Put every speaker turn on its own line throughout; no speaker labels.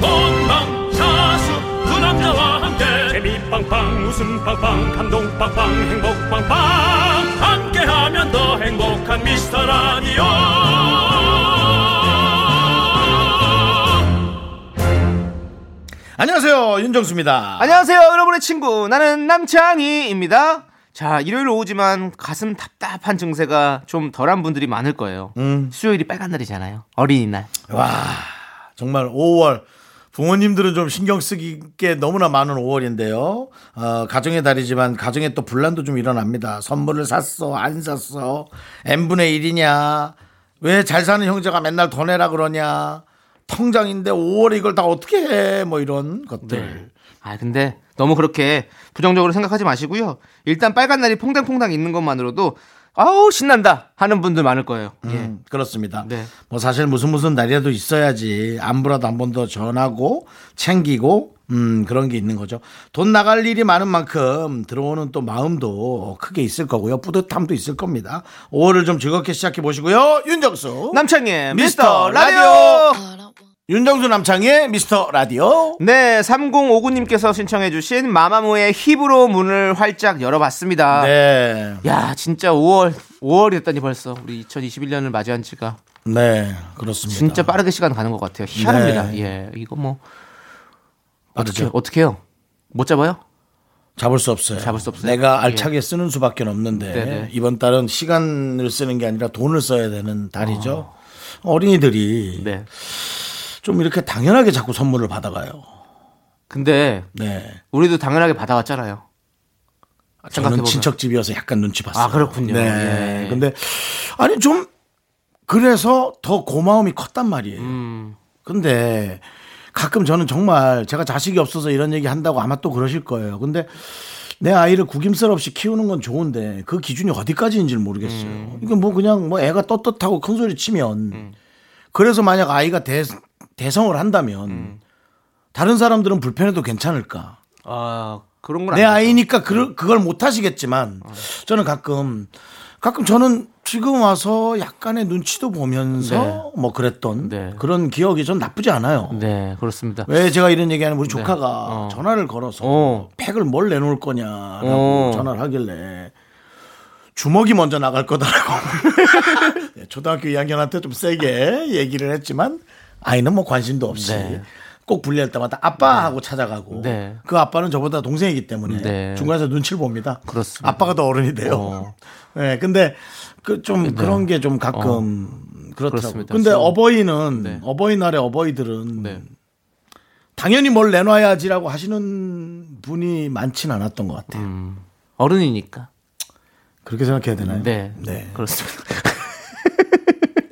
본방사수 두 남자와 함께
재미 빵빵 웃음 빵빵 감동 빵빵 행복 빵빵 아,
함께하면 더 행복한 미스터 라디오
안녕하세요 윤정수입니다.
안녕하세요, 여러분의 친구. 나는 남창희입니다. 자, 일요일 오후지만 가슴 답답한 증세가 좀 덜한 분들이 많을 거예요. 수요일이 빨간 날이잖아요. 어린이날.
정말 5월 부모님들은 좀 신경 쓰기게 너무나 많은 5월인데요. 어, 가정의 달이지만 가정에 또 분란도 좀 일어납니다. 선물을 샀어, 안 샀어, n분의 1이냐, 왜 잘 사는 형제가 맨날 더 내라 그러냐, 통장인데 5월에 이걸 다 어떻게 해, 뭐 이런 것들.
아, 근데 너무 그렇게 부정적으로 생각하지 마시고요. 일단 빨간 날이 퐁당퐁당 있는 것만으로도 아우, 신난다 하는 분들 많을 거예요. 예.
음, 그렇습니다.
네.
뭐 사실 무슨 무슨 날이라도 있어야지 안부라도 한 번 더 전하고 챙기고 음 그런 게 있는 거죠. 돈 나갈 일이 많은 만큼 들어오는 또 마음도 크게 있을 거고요. 뿌듯함도 있을 겁니다. 5월을 좀 즐겁게 시작해 보시고요. 윤정수
예. 남창희의 미스터 라디오!
윤정수 남창의 미스터 라디오.
네, 3059님께서 신청해주신 마마무의 힙으로 문을 활짝 열어봤습니다.
네,
야, 진짜 5월, 5월이 됐다니 벌써 우리 2021년을 맞이한 지가
네 그렇습니다.
진짜 빠르게 시간 가는 것 같아요. 희한합니다.
네.
예, 이거 뭐 어떻게
빠르죠.
어떻게 해요? 못 잡아요?
잡을 수 없어요.
잡을 수 없어요. 예.
내가 알차게 쓰는 수밖에 없는데
네네.
이번 달은 시간을 쓰는 게 아니라 돈을 써야 되는
아.
달이죠. 어린이들이
네.
좀 이렇게 당연하게 자꾸 선물을 받아가요.
근데
네.
우리도 당연하게 받아왔잖아요.
아, 저는
아, 생각해보면.
친척집이어서 약간 눈치 봤어요.
아, 그렇군요.
네.
예.
근데 아니 좀 그래서 더 고마움이 컸단 말이에요.
음,
근데 가끔 저는 정말 제가 자식이 없어서 이런 얘기 한다고 아마 또 그러실 거예요. 근데 내 아이를 구김살 없이 키우는 건 좋은데 그 기준이 어디까지인지 를 모르겠어요.
음.
이게 뭐 그냥 뭐 애가 떳떳하고 큰 소리 치면 그래서 만약 아이가 대, 대성을 한다면
음.
다른 사람들은 불편해도 괜찮을까?
아 그런 건
내
아니
아이니까 그, 그걸 못 하시겠지만
어.
저는 가끔 가끔 저는 지금 와서 약간의 눈치도 보면서 뭐 그랬던
네.
그런 기억이 전 나쁘지 않아요.
네, 그렇습니다.
왜 제가 이런 얘기하는 우리 조카가
어.
전화를 걸어서
어.
팩을 뭘 내놓을 거냐라고
어.
전화를 하길래 주먹이 먼저 나갈 거다라고 네, 초등학교 2학년한테 좀 세게 얘기를 했지만 아이는 뭐 관심도 없이
네.
꼭 분리할 때마다 아빠 하고 찾아가고
네.
그 아빠는 저보다 동생이기 때문에
네.
중간에서 눈치를 봅니다.
그렇습니다.
아빠가 더 어른이 돼요.
어. 네.
네, 근데 그 좀 그런 게 좀 가끔 그렇더라고요.
그렇습니다.
근데
좀-
어버이는
네.
어버이날의 어버이들은
네.
당연히 뭘 내놔야지라고 하시는 분이 많진 않았던 것 같아요.
음, 어른이니까.
그렇게 생각해야 되나요?
네. 그렇습니다.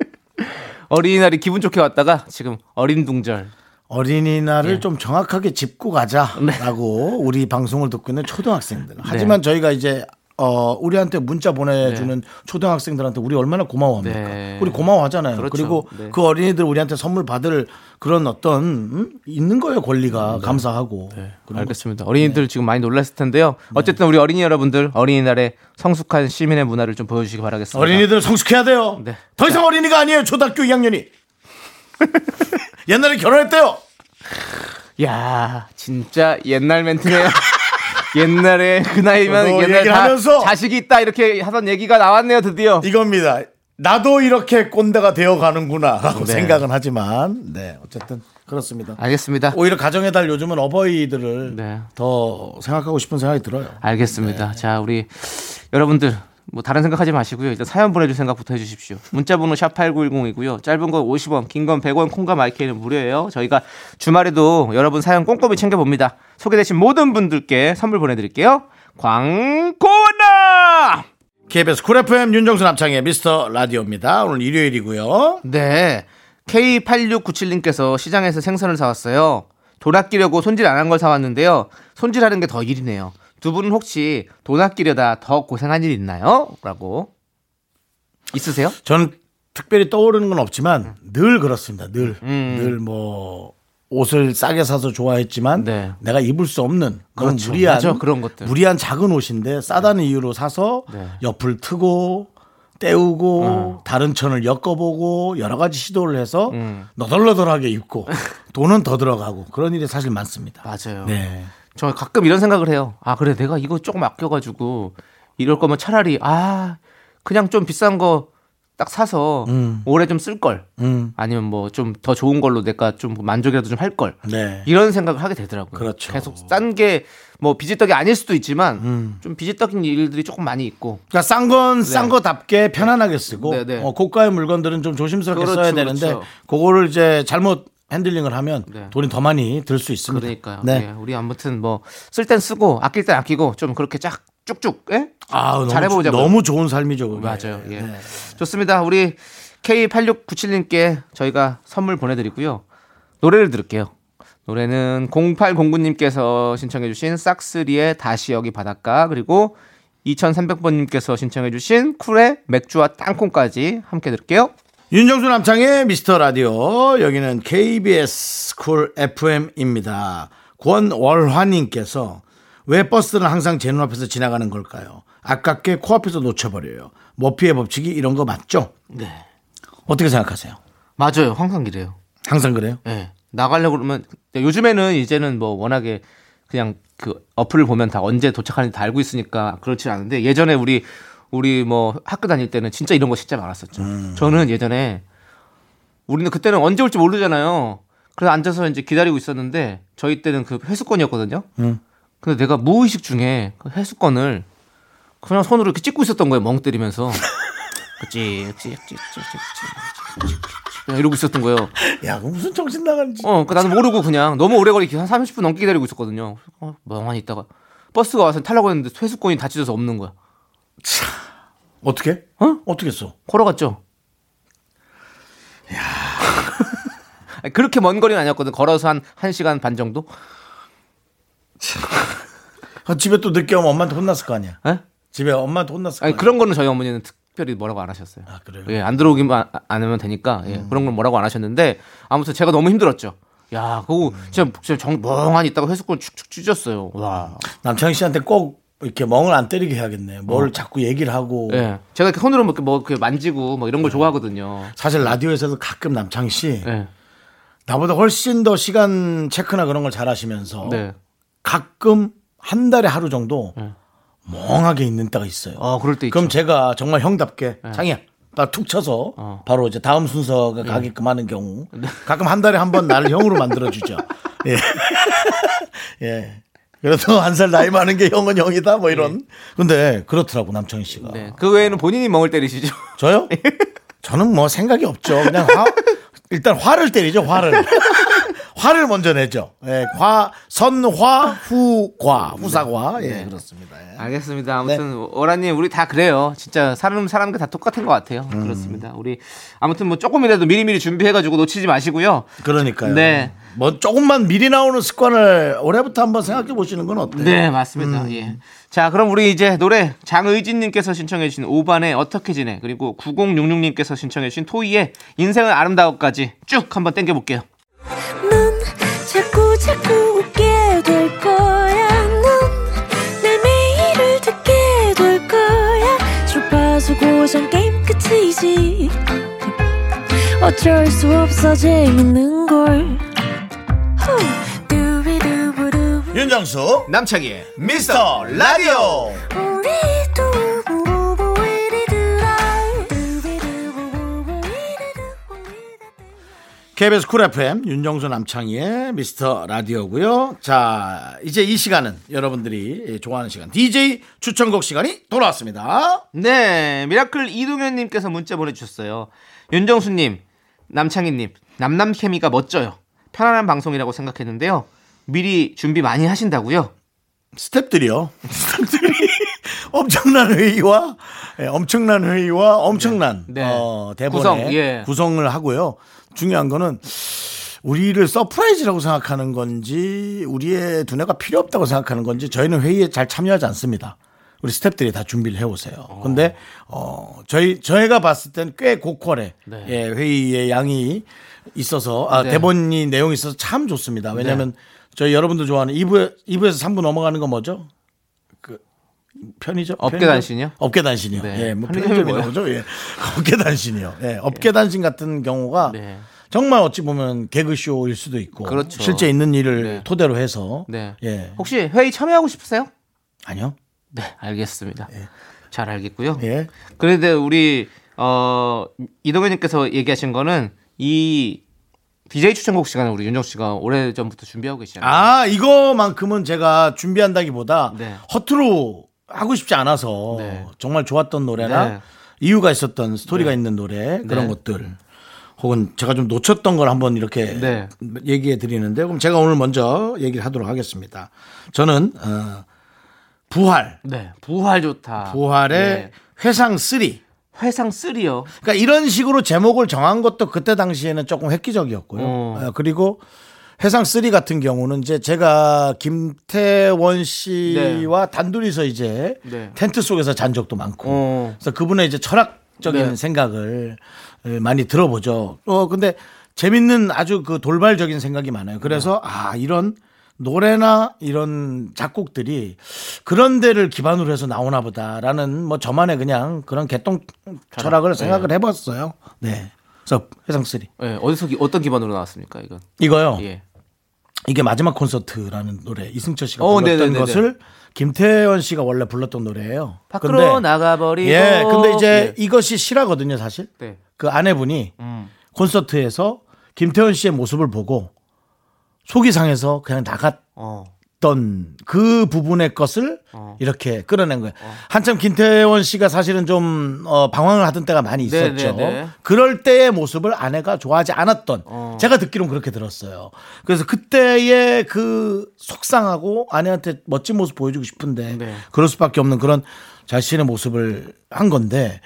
어린이날이 기분 좋게 왔다가 지금 어린둥절. 예.
어린이날을 좀 정확하게 짚고 가자라고
네.
우리 방송을 듣고 있는 초등학생들. 하지만 저희가 이제 어, 우리한테 문자 보내주는 초등학생들한테 우리 얼마나 고마워합니까?
네.
우리 고마워하잖아요.
그렇죠.
그리고
네.
그 어린이들 우리한테 선물 받을 그런 어떤 음? 있는 거예요 권리가 감사하고 그런 거.
네.
네.
알겠습니다. 어린이들 지금 많이 놀랐을 텐데요. 어쨌든 우리 어린이 여러분들 어린이날에 성숙한 시민의 문화를 좀 보여주시기 바라겠습니다.
어린이들 성숙해야 돼요.
네.
더 이상 어린이가 아니에요. 초등학교 2학년이. 옛날에 결혼했대요.
야 진짜 옛날 멘트네요. 옛날에 그 나이면
저도
옛날
얘기를
다
하면서
자식이 있다 이렇게 하던 얘기가 나왔네요 드디어.
이겁니다. 나도 이렇게 꼰대가 되어 가는구나라고
네.
생각은 하지만 네 어쨌든 그렇습니다.
알겠습니다.
오히려 가정의 달 요즘은 어버이들을
네.
더 생각하고 싶은 생각이 들어요.
알겠습니다. 자 우리 여러분들 뭐 다른 생각하지 마시고요. 일단 사연 보내줄 생각부터 해주십시오. 문자번호 샵 #8910이고요. 짧은 건 50원, 긴 건 100원, 콩과 마이크는 무료예요. 저희가 주말에도 여러분 사연 꼼꼼히 챙겨 봅니다. 소개되신 모든 분들께 선물 보내드릴게요. 광고나.
KBS 쿨 FM 윤정수 남창의 미스터 라디오입니다. 오늘 일요일이고요.
네. K8697님께서 시장에서 생선을 사왔어요. 돈 아끼려고 손질 안 한 걸 사왔는데요. 손질하는 게 더 일이네요. 두 분은 혹시 돈 아끼려다 더 고생한 일 있나요? 라고. 있으세요?
저는 특별히 떠오르는 건
음.
없지만 늘 그렇습니다. 늘. 늘 뭐 옷을 싸게 사서 좋아했지만
네.
내가 입을 수 없는 그런
그렇죠.
무리한
맞아, 그런 것들.
무리한 작은 옷인데 싸다는 이유로 사서
네. 어.
옆을 트고 때우고 다른 천을 엮어보고 여러 가지 시도를 해서
음.
너덜너덜하게 입고 돈은 더 들어가고 그런 일이 사실 많습니다.
맞아요.
네.
저 가끔 이런 생각을 해요. 아 그래 내가 이거 조금 아껴가지고 이럴 거면 차라리 아 그냥 좀 비싼 거 딱 사서 오래 좀 쓸 걸.
음.
아니면 뭐 좀 더 좋은 걸로 내가 좀 만족이라도 좀 할 걸.
네.
이런 생각을 하게 되더라고요.
그렇죠.
계속 싼 게 뭐 비지떡이 아닐 수도 있지만
음.
좀 비지떡인 일들이 조금 많이 있고
그러니까 싼 건 싼 거답게 편안하게 쓰고
네, 네.
어, 고가의 물건들은 좀 조심스럽게
그렇죠,
써야 되는데
그렇죠.
그거를 이제 잘못 핸들링을 하면
네.
돈이 더 많이 들 수 있습니다.
그러니까요.
네.
예, 우리 아무튼 뭐 쓸 땐 쓰고 아낄 땐 아끼고 좀 그렇게 쫙 쭉쭉 예?
아, 너무,
잘해보자고요.
너무 좋은 삶이죠. 그게.
맞아요. 예.
네.
좋습니다. 우리 K8697님께 저희가 선물 보내드리고요. 노래를 들을게요. 노래는 0809님께서 신청해주신 싹스리의 다시 여기 바닷가 그리고 2300번님께서 신청해주신 쿨의 맥주와 땅콩까지 함께 들을게요.
윤정수 남창의 미스터 라디오 여기는 KBS 쿨 FM입니다. 권월화님께서 왜 버스는 항상 제 눈앞에서 지나가는 걸까요? 아깝게 코앞에서 놓쳐버려요. 머피의 법칙이 이런 거 맞죠?
네.
어떻게 생각하세요?
맞아요. 항상 이래요.
항상 그래요?
예. 나가려고 그러면 요즘에는 이제는 뭐 워낙에 그냥 그 어플을 보면 다 언제 도착하는지 다 알고 있으니까 그렇지 않은데 예전에 우리 우리 뭐 학교 다닐 때는 진짜 이런 거 진짜 많았었죠. 저는 예전에 우리는 그때는 언제 올지 모르잖아요. 그래서 앉아서 이제 기다리고 있었는데 저희 때는 그 회수권이었거든요. 근데 내가 무의식 중에 그 회수권을 그냥 손으로 이렇게 찍고 있었던 거예요. 멍 때리면서. 그치, 그치, 그치, 그치, 그치, 그치, 그치. 그냥 이러고 있었던 거예요.
야, 그 무슨 정신 나간지.
어, 그 나는 모르고 그냥 너무 오래 걸리게 한 30분 넘게 기다리고 있었거든요. 어, 멍하니 있다가 버스가 와서 타려고 했는데 회수권이 다 찢어서 없는 거야.
어떻게? 어? 어떻게 써?
걸어갔죠. 야. 그렇게 먼 거리는 아니었거든. 걸어서 한 1시간 반 정도?
아, 집에 또 늦게 오면 엄마한테 혼났을 거 아니야.
예?
집에 엄마한테 혼났을 거
아니,
아니야.
그런 거는 저희 어머니는 특별히 뭐라고 안 하셨어요.
아, 그래요? 음.
예, 안 들어오기만 아- 안 하면 되니까 예, 그런 걸 뭐라고 안 하셨는데 아무튼 제가 너무 힘들었죠. 야, 그거
음.
진짜, 진짜 정 멍하니 있다가 회수권 축축 찢었어요. 와.
아, 남창희 씨한테 꼭 이렇게 멍을 안 때리게 해야겠네. 뭘 자꾸 얘기를 하고.
어. 예. 제가 이렇게 손으로 뭐 이렇게 뭐 이렇게 만지고
음.
뭐 이런 걸 좋아하거든요.
사실 라디오에서도 가끔 남창희 씨
예.
나보다 훨씬 더 시간 체크나 그런 걸 잘하시면서
네.
가끔 한 달에 하루 정도
네.
멍하게 있는 때가 있어요.
아, 그럴 때 있죠. 네.
그럼 제가 정말 형답게 창희야 나 툭 쳐서
어. 네.
바로 이제 다음 순서가 가게끔 하는 경우 가끔 한 달에 한 번 나를 형으로 만들어 주죠. 예. 예. 그래서 한 살 나이 많은 게 형은 형이다 뭐 이런. 근데 그렇더라고 남창희 씨가.
네. 그 외에는 본인이 멍을 때리시죠.
저요? 저는 뭐 생각이 없죠. 그냥 화, 일단 화를 때리죠. 화를. 화를 먼저 내죠. 예, 과, 선화, 후과, 후사과. 예,
네.
그렇습니다. 예.
알겠습니다. 아무튼 오라님 우리 다 그래요. 진짜 사람 사람과 다 똑같은 것 같아요. 그렇습니다. 우리 아무튼 뭐 조금이라도 미리미리 준비해가지고 놓치지 마시고요.
그러니까요.
네.
뭐 조금만 미리 나오는 습관을 올해부터 한번 생각해 보시는 건 어때요?
네, 맞습니다. 예. 자, 그럼 우리 이제 노래 장의진님께서 신청해주신 오반의 어떻게 지내 그리고 9066님께서 신청해주신 토이의 인생은 아름다워까지 쭉 한번 땡겨볼게요.
넌 자꾸 자꾸 웃게 될 거야. 넌내 매일을 듣게 될 거야. 주파수 고정 게임 끝이지. 어쩔 수 없어 재밌는 걸. 후. 두비두부두.
윤정수,
남창희의
미스터 라디오.
우리 두부부부 우리들아. 두비두부부부 우리들아.
KBS 쿨 FM 윤정수 남창희의 미스터 라디오고요. 자, 이제 이 시간은 여러분들이 좋아하는 시간 DJ 추천곡 시간이 돌아왔습니다.
네, 미라클 이동현님께서 문자 보내주셨어요. 윤정수님, 남창희님, 남남케미가 멋져요. 편안한 방송이라고 생각했는데요. 미리 준비 많이 하신다고요?
스탭들이요. 스탭들이 엄청난 회의와 예, 엄청난 회의와 엄청난
네.
어, 대본의
구성, 예.
구성을 하고요. 중요한 거는 우리를 서프라이즈라고 생각하는 건지 우리의 두뇌가 필요 없다고 생각하는 건지 저희는 회의에 잘 참여하지 않습니다. 우리 스탭들이 다 준비를 해오세요. 근데 어 저희 저희가 봤을 땐 꽤 고퀄의
네.
예, 회의의 양이 있어서 아,
네.
대본이 내용이 있어서 참 좋습니다. 왜냐하면 저희 여러분들 좋아하는 2부 2부에서 3부 넘어가는 건 뭐죠? 그 편의점
업계
편의점?
단신이요?
업계 단신이요.
네.
예, 뭐
편의점이
편의점이
뭐예요?
나오죠. 예. 업계 단신이요. 예, 업계 단신 같은 경우가
네.
정말 어찌 보면 개그 쇼일 수도 있고
그렇죠.
실제 있는 일을
네.
토대로 해서
네.
예.
혹시 회의 참여하고 싶으세요?
아니요.
네, 알겠습니다. 잘 알겠고요.
예.
그런데 우리 어 이동현님께서 얘기하신 거는 이 DJ 추천곡 시간을 우리 윤정 씨가 오래 전부터 준비하고 계시잖아요.
아, 이거만큼은 제가 준비한다기보다
네.
허투루 하고 싶지 않아서
네.
정말 좋았던 노래나
네.
이유가 있었던 스토리가 있는 노래 그런
네.
것들 혹은 제가 좀 놓쳤던 걸 한번 이렇게
네.
얘기해 드리는데 그럼 제가 오늘 먼저 얘기를 하도록 하겠습니다. 저는 어, 부활,
네, 부활 좋다.
부활의
네.
회상 3
회상 3요.
그러니까 이런 식으로 제목을 정한 것도 그때 당시에는 조금 획기적이었고요.
어.
어, 그리고 해상 3 같은 경우는 이제 제가 김태원 씨와 단둘이서 이제
네.
텐트 속에서 잔 적도 많고
어.
그래서 그분의 이제 철학적인
네.
생각을 많이 들어보죠. 어 근데 재밌는 아주 그 돌발적인 생각이 많아요.
네.
그래서 아 이런 노래나 이런 작곡들이 그런 데를 기반으로 해서 나오나 보다라는 뭐 저만의 그냥 그런 개똥 철학을 생각을 해봤어요. 네. 그래서 해상 3
네, 어디서 기- 어떤 기반으로 나왔습니까, 이건?
이거요.
예.
이게 마지막 콘서트라는 노래 이승철 씨가
어,
불렀던
네네네네.
것을 김태현 씨가 원래 불렀던 노래예요.
밖으로 나가버리고.
예, 근데 이제
예.
이것이 실화거든요, 사실.
네.
그 아내분이
음.
콘서트에서 김태현 씨의 모습을 보고 속이 상해서 그냥 나갔던
어.
그 부분의 것을
어.
이렇게 끌어낸 거예요. 한참 김태원 씨가 사실은 좀 어, 방황을 하던 때가 많이 있었죠.
네네네.
그럴 때의 모습을 아내가 좋아하지 않았던
어.
제가 듣기론 그렇게 들었어요. 그래서 그때의 그 속상하고 아내한테 멋진 모습 보여주고 싶은데
네.
그럴 수밖에 없는 그런 자신의 모습을 한 건데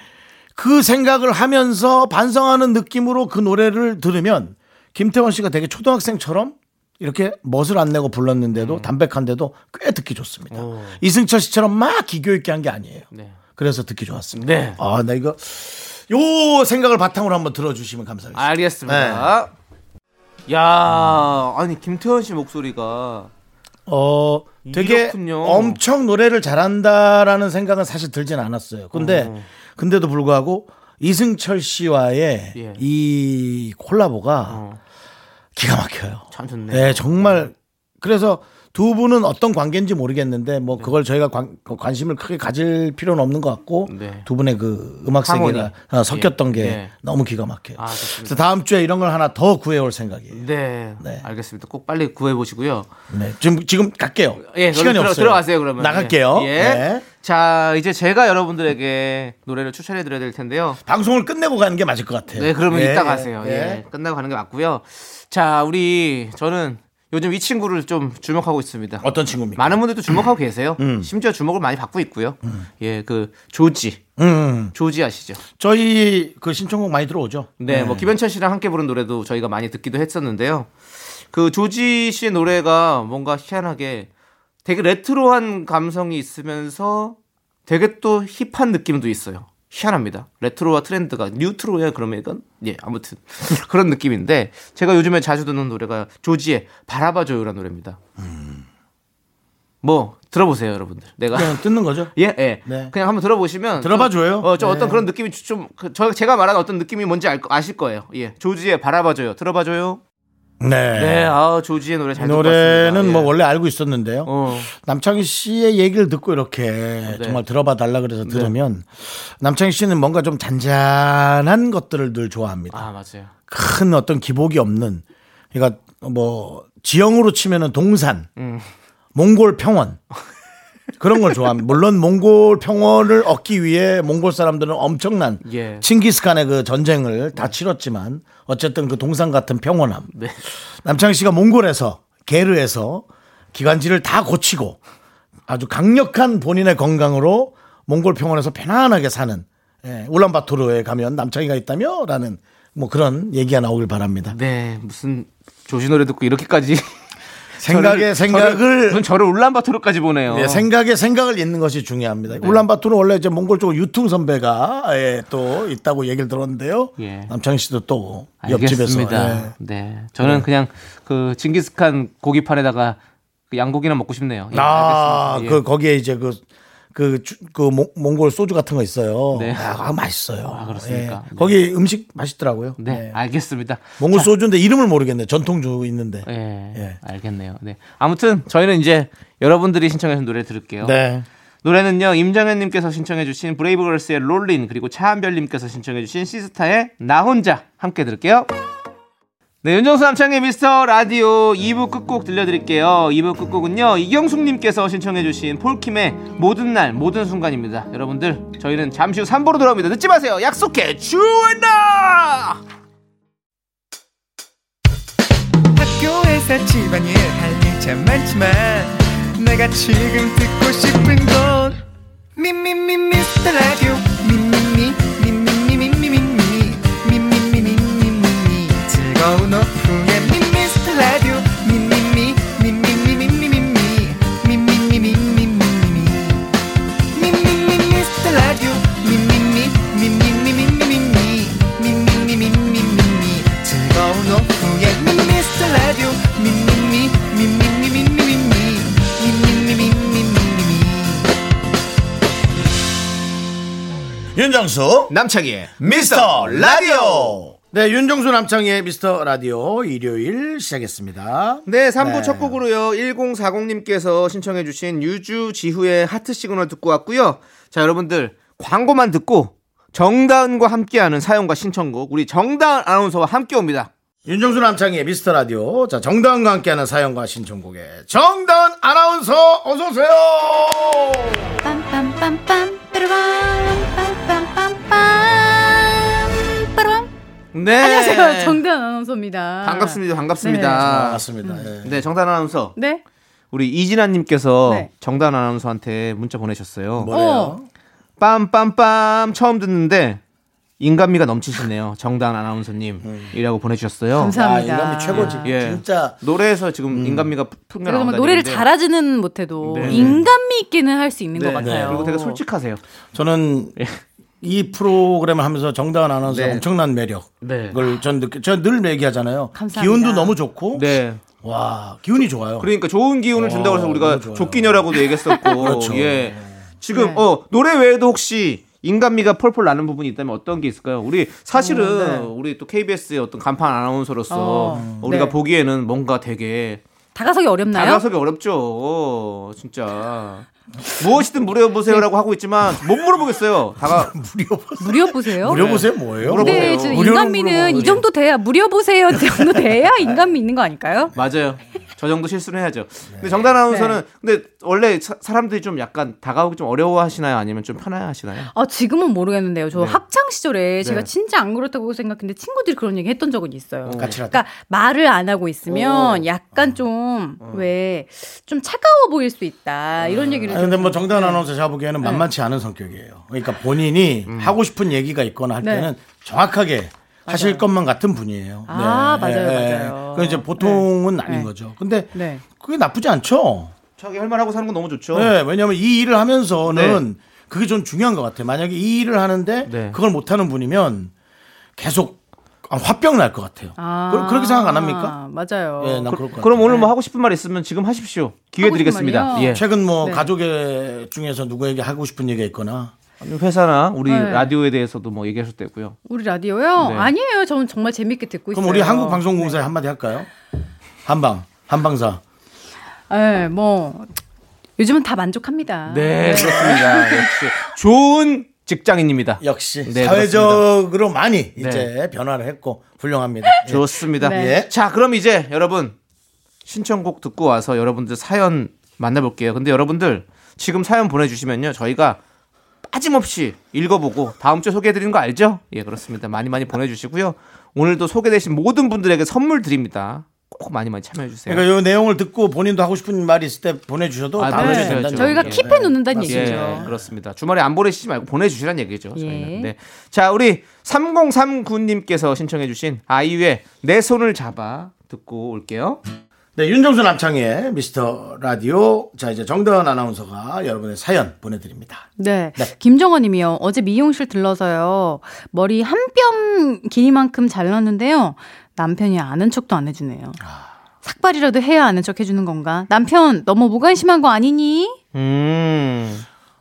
그 생각을 하면서 반성하는 느낌으로 그 노래를 들으면 김태원 씨가 되게 초등학생처럼 이렇게 멋을 안 내고
음.
불렀는데도 담백한데도 꽤 듣기 좋습니다. 이승철 씨처럼 막 기교 있게 한 게 아니에요.
네.
그래서 듣기 좋았습니다.
네.
아, 나 이거 요 생각을 바탕으로 한번 들어주시면 감사하겠습니다.
알겠습니다.
네.
야, 아니 김태현 씨 목소리가
어, 되게
이렇군요.
엄청 노래를 잘한다라는 생각은 사실 들진 않았어요. 근데 근데도 불구하고 이승철 씨와의
예.
이 콜라보가
어.
기가 막혀요.
참 좋네요. 음.
네, 정말 그래서 두 분은 어떤 관계인지 모르겠는데
네.
뭐 그걸 저희가 관, 심을 크게 가질 필요는 없는 것 같고
네.
두 분의 그 음악
하모니.
세계가 어, 섞였던
예.
게
네.
너무 기가 막혀요.
아, 좋습니다.
그래서 다음 주에 이런 걸 하나 더 구해올 생각이에요.
네.
네.
알겠습니다. 꼭 빨리 구해 보시고요.
네, 지금 지금 갈게요.
예,
시간이
들어,
없어요.
들어가세요 그러면.
나갈게요.
예.
네.
자, 이제 제가 여러분들에게 노래를 추천해 드려야 될 텐데요.
방송을 끝내고 가는 게 맞을 것 같아요.
네, 그러면
예,
이따 가세요.
예,
예. 끝나고 가는 게 맞고요. 자, 우리 저는 요즘 이 친구를 좀 주목하고 있습니다.
어떤 친구입니까?
많은 분들도 주목하고 계세요. 심지어 주목을 많이 받고 있고요. 예, 그 조지.
음,
조지 아시죠?
저희 그 신청곡 많이 들어오죠.
네, 뭐 김현철 씨랑 함께 부른 노래도 저희가 많이 듣기도 했었는데요. 그 조지 씨의 노래가 뭔가 희한하게 되게 레트로한 감성이 있으면서 되게 또 힙한 느낌도 있어요. 희한합니다. 레트로와 트렌드가 뉴트로야 그러면 이건 예 아무튼 그런 느낌인데 제가 요즘에 자주 듣는 노래가 조지의 바라봐줘요라는 노래입니다. 뭐 들어보세요 여러분들. 내가
그냥 뜯는 거죠.
예, 예.
네.
그냥 한번 들어보시면
들어봐줘요.
어, 저
네.
어떤 그런 느낌이 좀 그, 저, 제가 말하는 어떤 느낌이 뭔지 알, 거- 아실 거예요. 예, 조지의 바라봐줘요. 들어봐줘요. 네, 아 조지의 노래 잘
노래는
듣고
뭐
왔습니다.
원래 알고 있었는데요.
예. 어, 네.
남창희 씨의 얘기를 듣고 이렇게 정말 들어봐 달라 그래서 들으면 남창희 씨는 뭔가 좀 잔잔한 것들을 늘 좋아합니다.
아 맞아요.
큰 어떤 기복이 없는 그러니까 뭐 지형으로 치면은 동산, 몽골 평원 그런 걸 좋아합니다. 물론 몽골 평원을 얻기 위해 몽골 사람들은 엄청난
예.
칭기스칸의 그 전쟁을 다 치렀지만 어쨌든 그 동산 같은 평온함.
네,
남창희 씨가 몽골에서 게르에서 기관지를 다 고치고 아주 강력한 본인의 건강으로 몽골 평원에서 편안하게 사는 예, 울란바토르에 가면 남창희가 있다며라는 뭐 그런 얘기가 나오길 바랍니다.
네 무슨 조지 노래 듣고 이렇게까지
생각의
저를,
생각을
저는 저를 울란바토르까지 보내요.
예, 생각의 생각을 잇는 것이 중요합니다.
네.
울란바토르 원래 이제 몽골 쪽 유퉁 선배가 예, 또 있다고 얘기를 들었는데요.
예.
남창희 씨도 또 옆집에서
알겠습니다.
예.
네, 저는 그냥 그 징기스칸 고기판에다가 그 양고기나 먹고 싶네요. 예,
아,
알겠습니다. 예.
그 거기에 이제 그 그, 주- 그 몽- 몽골 소주 같은 거 있어요.
네.
아, 맛있어요. 예.
그렇습니까? 네.
거기 음식 맛있더라고요. 예.
네, 알겠습니다.
몽골 소주인데 이름을 모르겠네. 전통주 있는데.
예,
예.
알겠네요. 네, 아무튼 저희는 이제 여러분들이 신청해서 노래 들을게요.
네.
노래는요 임정현님께서 신청해주신 브레이브걸스의 롤린 그리고 차한별님께서 신청해주신 시스타의 나 혼자 함께 들을게요. 네, 윤정수 남창의 미스터 라디오 2부 끝곡 들려드릴게요. 2부 끝곡은요, 이경숙님께서 신청해주신 폴킴의 모든 날, 모든 순간입니다. 여러분들, 저희는 잠시 후 3부로 돌아옵니다. 늦지 마세요. 약속해. 주원아!
학교에서 집안일 할 일 참 많지만 내가 지금 듣고 싶은 건 미미미 미스터 라디오 미미미 미미미 미미미 미미미 미미미 즐거운 오후에 미스터 라디오 미미미 미미미 미미미 미미미 미미미 미미미 미스터 라디오 미미미 미미미 미미미 미미미 미미미 즐거운 오후에 미스터 라디오 미미미 미미미 미미미 미미미 미미미
윤정수
남창희의
미스터 라디오. 네, 윤정수 남창희의 미스터 라디오 일요일 시작했습니다.
네, 3부
네.
첫 곡으로요. 1040님께서 신청해 주신 유주 지후의 하트 시그널 듣고 왔고요. 자, 여러분들 광고만 듣고 정다은과 함께하는 사연과 신청곡 우리 정다은 아나운서와 함께 옵니다.
윤정수 남창희의 미스터 라디오. 자, 정다은과 함께하는 사연과 신청곡의 정다은 아나운서 어서 오세요.
빰빰빰빰 빰빰빰빰 빰
네.
안녕하세요. 정다은 네. 아나운서입니다.
반갑습니다.
아,
반갑습니다.
맞습니다. 예.
네, 정다은 아나운서.
네.
우리 이진아 님께서
네.
정다은 아나운서한테 문자 보내셨어요.
뭐래요?
빰빰빰 처음 듣는데 인간미가 넘치시네요. 정다은 아나운서님. 이라고 보내주셨어요.
아,
감사합니다.
이감이 최고지.
예.
진짜 음.
노래에서 지금 인간미가 풍겨
그래서 뭐
나온다.
노래를 잘하지는 못해도
네.
인간미 있기는 할 수 있는 것
네.
같아요.
그리고 되게 솔직하세요.
어. 저는 이 프로그램을 하면서 정다은 아나운서
네.
엄청난 매력.
네.
그걸 전 느끼, 전늘 얘기하잖아요.
감사합니다.
기운도 너무 좋고,
네.
와 기운이 좋아요.
그러니까 좋은 기운을 준다고 해서 우리가
어, 너무 좋아요. 그렇죠.
조끼녀라고도 얘기했었고. 예. 지금
네.
어 노래 외에도 혹시 인간미가 펄펄 나는 부분이 있다면 어떤 게 있을까요? 우리 사실은
음, 네.
우리 또 KBS의 어떤 간판 아나운서로서
어,
우리가
네.
보기에는 뭔가 되게
다가서기 어렵나요?
다가서기 어렵죠. 진짜. 무엇이든 물어보세요라고 하고 있지만 못 물어보겠어요. 다가
무려보세요.
물어보세요 뭐예요?
근데
물어보세요.
저
무료로
네, 인간미는
물어보세요.
이 정도 돼야 무려보세요 정도 돼야 인간미 있는 거 아닐까요?
맞아요. 저 정도 실수는 해야죠. 근데 정단 아나운서는
네.
근데 원래 사, 사람들이 좀 약간 다가오기 좀 어려워하시나요? 아니면 좀 편해하시나요?
아 지금은 모르겠는데요. 저
네.
학창 시절에 제가
네.
진짜 안 그렇다고 생각했는데 친구들이 그런 얘기 했던 적은 있어요.
같이 어. 갔다.
그러니까 말을 안 하고 있으면 약간 좀
어.
왜 좀 차가워 보일 수 있다 이런 얘기를.
아니,
좀-
근데 뭐 정다은
네.
아나운서 제가 보기에는 만만치 않은 성격이에요. 그러니까 본인이 하고 싶은 얘기가 있거나 할
네.
때는 정확하게 하실 것만 같은 분이에요. 네.
아, 맞아요, 맞아요.
그 이제 보통은 아닌
네.
거죠. 근데
네.
그게 나쁘지 않죠.
자기 할 말하고 사는 건 너무 좋죠.
네, 왜냐하면 이 일을 하면서는 그게 좀 중요한 것 같아요. 만약에 이 일을 하는데
네.
그걸 못하는 분이면 계속 아, 화병 날 것 같아요. 그, 렇게 생각 안 합니까?
맞아요.
예, 난
그,
그럴 것
럼
같아요.
오늘 뭐 하고 싶은 말 있으면 지금 하십시오. 기회
네. 하고 싶은
드리겠습니다.
말이요?
예.
최근 뭐
네.
가족의 중에서 누구에게 하고 싶은 얘기가 있거나
아니면 회사나 우리
네.
라디오에 대해서도 뭐 얘기하실 때고요.
우리 라디오요?
네.
아니에요. 저는 정말 재밌게 듣고
그럼
있어요. 네.
우리 한국방송공사에 한마디 할까요? 한방 한방사
예, 뭐 요즘은 다 만족합니다.
네, 그렇습니다. 역시 좋은 직장인입니다.
역시
네,
사회적으로 많이
네.
이제 변화를 했고 훌륭합니다. 예.
좋습니다.
네.
예. 자, 그럼 이제 여러분 신청곡 듣고 와서 여러분들 사연 만나볼게요. 근데 여러분들 지금 사연 보내주시면요, 저희가 빠짐없이 읽어보고 다음 주에 소개해드리는 거 알죠? 예, 그렇습니다. 많이 많이 보내주시고요. 오늘도 소개되신 모든 분들에게 선물 드립니다. 꼭 많이 많이 참여해주세요.
그러니까 이 내용을 듣고 본인도 하고 싶은 말이 있을 때 보내주셔도
아,
다
보내주셔야죠.
보내주셔야 된다.
네. 저희가 킵해 놓는다는
예.
얘기죠.
예, 그렇습니다. 주말에 안 보내시지 말고 보내주시란 얘기죠.
예.
저희는. 네. 자, 우리 3039님께서 신청해주신 아이유의 내 손을 잡아 듣고 올게요.
네, 윤정수 남창의 미스터 라디오. 자, 이제 정다은 아나운서가 여러분의 사연 보내드립니다.
네.
네.
김정원님이요. 어제 미용실 들러서요. 머리 한 뼘 길이만큼 잘랐는데요. 남편이 아는 척도 안 해주네요.
아.
삭발이라도 해야 아는 척 해주는 건가? 남편 너무 무관심한 거 아니니?
음.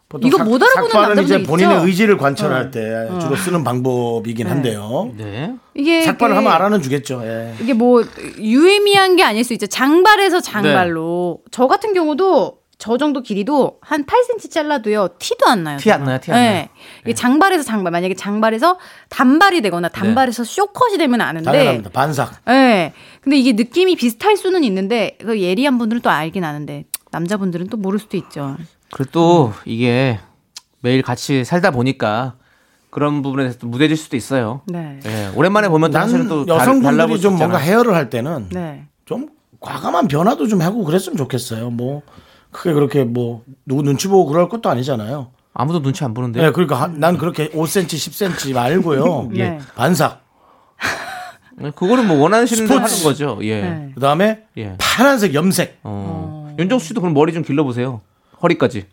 보통
이거
삭-
못 알아보는
삭발은 이제
남자분들
본인의
있죠? 어.
의지를 관철할 때 주로 쓰는 방법이긴 한데요.
네.
이게
삭발을
그-
하면 알아주겠죠. 예.
이게 뭐 유의미한 게 아닐 수 있죠. 장발에서 장발로.
네.
저 같은 경우도 저 정도 길이도 한 8cm 잘라도요. 티도 안 나요. 네.
티안 나요, 티안 나요.
이게
네.
장발에서 장발. 만약에 장발에서 단발이 되거나 단발에서 쇼컷이 되면 아는데
당연합니다. 반삭.
예. 근데 이게 느낌이 비슷할 수는 있는데 그 예리한 분들은 또 알긴 아는데 남자분들은 또 모를 수도 있죠.
그리고 또 이게 매일 같이 살다 보니까 그런 부분에 대해서 또 무뎌질 수도 있어요.
네.
예, 오랜만에 보면 또 사실은
난
또 달- 달라볼
여성분들이
수
좀
있잖아.
뭔가 헤어를 할 때는
네.
좀 과감한 변화도 좀 하고 그랬으면 좋겠어요. 뭐 크게 그렇게 뭐 누구 눈치 보고 그럴 것도 아니잖아요.
아무도 눈치 안 보는데.
네, 그러니까 하- 난 그렇게 5cm, 10cm 말고요.
예.
반삭.
그거는 뭐 원하시는 대로 하는
스포츠.
거죠. 예.
네.
그다음에
예.
파란색 염색.
어. 윤정수 씨도 그럼 머리 좀 길러 보세요. 허리까지.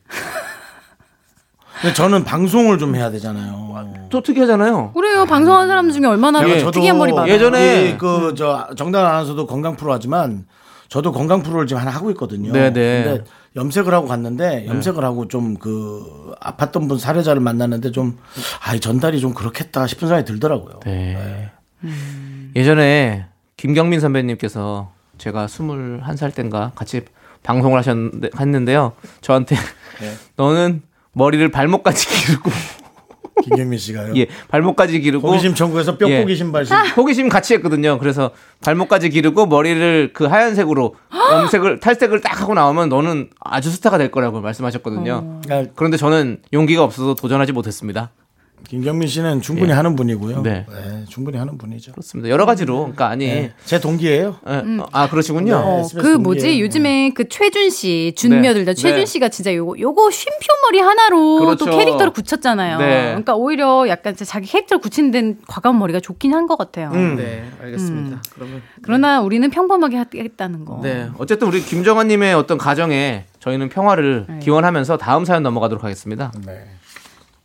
근데 저는 방송을 좀 해야 되잖아요.
또 특이하잖아요.
그래요. 방송하는 사람 중에 얼마나
제가
특이한 머리 많아요.
네, 예전- 예전에- 음.
우리 그 저 정당 아나운서도 건강 프로 하지만 저도 건강 프로를 지금 하나 하고 있거든요.
네, 네.
근데 염색을 하고 갔는데 염색을 하고 좀 그 아팠던 분 사례자를 만났는데 좀 아 전달이 좀 그렇겠다 싶은 생각이 들더라고요.
네. 예전에 김경민 선배님께서 제가 21살 땐가 같이 방송을 하셨는데 했는데요. 저한테
네.
너는 머리를 발목까지 기르고
김경민 씨가요.
예, 발목까지 기르고
호기심 천국에서 뼈
예.
꼬기 신발 신.
호기심 같이 했거든요. 그래서 발목까지 기르고 머리를 그 하얀색으로
아!
염색을 탈색을 딱 하고 나오면 너는 아주 스타가 될 거라고 말씀하셨거든요.
어.
그러니까
그런데 저는 용기가 없어서 도전하지 못했습니다.
김경민 씨는 충분히
예.
하는 분이고요.
네.
네. 충분히 하는 분이죠.
그렇습니다. 여러 가지로
음.
그러니까 아니
예. 제 동기예요.
예, 어, 아 그러시군요.
네.
어,
SBS
그 뭐지?
동기예요.
요즘에 그 최준 씨 준며들 다
네.
최준
네.
씨가 진짜 요거 요거 쉼표 머리 하나로
그렇죠.
또 캐릭터를 굳혔잖아요.
네.
그러니까 오히려 약간 진짜 자기 캐릭터를 굳힌 데는 과감한 머리가 좋긴 한 것 같아요. 음.
네, 알겠습니다. 그러면
그러나 우리는 평범하게 하겠다는 거.
네, 어쨌든 우리 김정환님의 어떤 가정에 저희는 평화를
네.
기원하면서 다음 사연 넘어가도록 하겠습니다.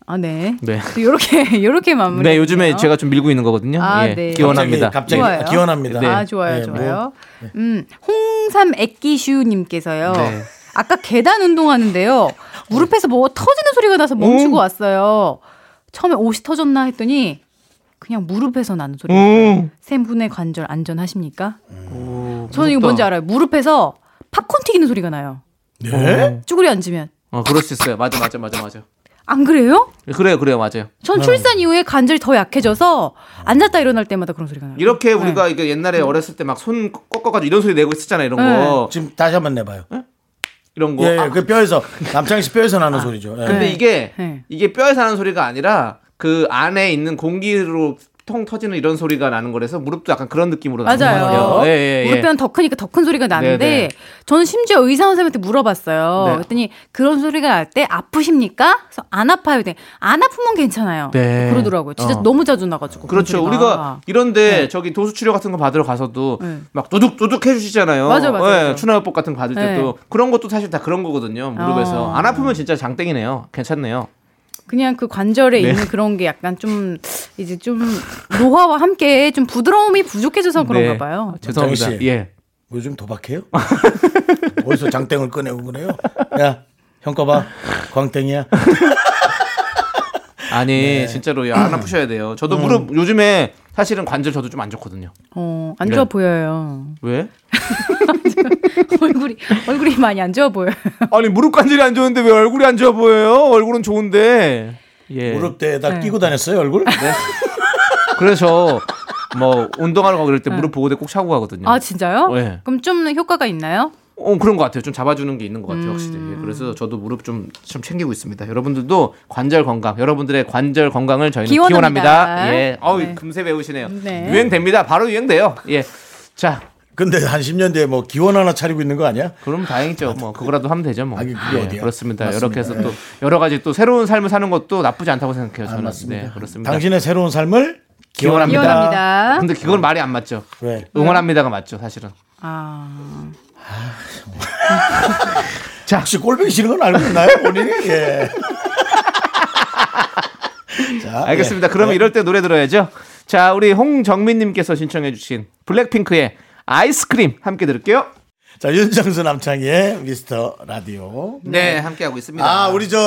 아 네.
네,
이렇게 이렇게 마무리.
네, 요즘에 제가 좀 밀고 있는 거거든요.
아,
예,
네.
기원합니다.
갑자기,
좋아요.
갑자기 기원합니다.
네.
아 좋아요
예,
좋아요. 음 홍삼 액기슈님께서요.
네.
아까 계단 운동하는데요. 무릎에서 뭐 터지는 소리가 나서 멈추고
음.
왔어요. 처음에 옷이 터졌나 했더니 그냥 무릎에서 나는 소리.
음.
세 분의 관절 안전하십니까?
오,
저는 이거
음. 무섭다.
뭔지 알아요. 무릎에서 팝콘 튀기는 소리가 나요.
네?
쭈그려 앉으면
어, 그럴 수 있어요. 맞아, 맞아, 맞아, 맞아.
안 그래요?
그래요, 그래요, 맞아요.
음.
전 출산 이후에 관절이 더 약해져서 앉았다 일어날 때마다 그런 소리가 나요. 네.
이렇게 우리가 이게 옛날에 어렸을 때 막 손 꺾어가지고 이런 소리 내고 있었잖아요. 이런
네.
거,
지금 다시 한번 내봐요.
이런 거.
예,
아,
그 뼈에서 남창희 씨 뼈에서 나는 소리죠. 예.
근데
네.
이게
네.
이게 뼈에서 나는 소리가 아니라 그 안에 있는 공기로 통 터지는 이런 소리가 나는 거라서 무릎도 약간 그런 느낌으로 나는
맞아요.
거예요. 예, 예, 예.
무릎뼈는 더 크니까 더 큰 소리가 나는데
네, 네.
저는 심지어 의사 선생님한테 물어봤어요.
네.
그랬더니 그런 소리가 날 때 아프십니까? 그래서 안 아파요. 그랬더니 안 아프면 괜찮아요.
네.
그러더라고요. 진짜
어.
너무 자주 나가지고. 그런
그렇죠.
소리가.
우리가 이런데 저기 도수 치료 같은 거 받으러 가서도
네.
막 도둑 도둑 해주시잖아요.
맞아, 맞아, 맞아.
예, 추나요법 같은 거 받을
네.
때도 그런 것도 사실 다 그런 거거든요. 무릎에서
어.
안 아프면 진짜 장땡이네요. 괜찮네요.
그냥 그 관절에
네.
있는 그런 게 약간 좀 이제 좀 노화와 함께 좀 부드러움이 부족해져서 그런가
네.
봐요.
죄송합니다.
정희 씨.
예.
뭐 요즘 도박해요? 어디서 장땡을 꺼내고 그래요? 야, 형 거봐. 광땡이야.
아니 진짜로 안 아프셔야 돼요. 저도 무릎 요즘에 사실은 관절 저도 좀 안 좋거든요.
어, 안 좋아
네.
보여요.
왜?
얼굴이 얼굴이 많이 안 좋아 보여요.
아니 무릎 관절이 안 좋은데 왜 얼굴이 안 좋아 보여요? 얼굴은 좋은데. 예.
무릎대에다
네.
끼고 다녔어요, 얼굴?
그래서 뭐 운동하러 가고 그럴 때 무릎 보호대 꼭 차고 가거든요.
아 진짜요?
네.
그럼 좀 효과가 있나요?
어 그런 것 같아요. 좀 잡아주는 게 있는 것 같아요, 확실히. 예, 그래서 저도 무릎 좀, 좀 챙기고 있습니다. 여러분들도 관절 건강, 여러분들의 관절 건강을 저희는 기원합니다.
기원합니다.
예, 어우
네.
금세 배우시네요.
네.
유행됩니다. 바로 유행돼요. 예, 자
근데 한 10년 뒤에 뭐 기원 하나 차리고 있는 거 아니야?
그럼 다행이죠. 뭐 그거라도 하면 되죠. 뭐
아니, 그게
예,
어디야. 맞습니다.
그렇습니다.
예.
이렇게 해서 또 여러 가지 또 새로운 삶을 사는 것도 나쁘지 않다고 생각해요. 저는
아, 맞습니다.
네, 그렇습니다. 아?
당신의 새로운 삶을 기원합니다.
기원합니다.
기원합니다.
근데 그건 말이 안 맞죠.
왜?
응원합니다가 맞죠, 사실은.
아
자, 혹시 꼴보기 싫은 건 알고 있나요, 본인이? 예. 자,
알겠습니다.
예.
그러면
네.
이럴 때 노래 들어야죠. 자, 우리 홍정민님께서 신청해주신 블랙핑크의 아이스크림 함께 들을게요.
자, 윤정수 남창희의 미스터 라디오.
네, 함께하고 있습니다.
아, 우리 저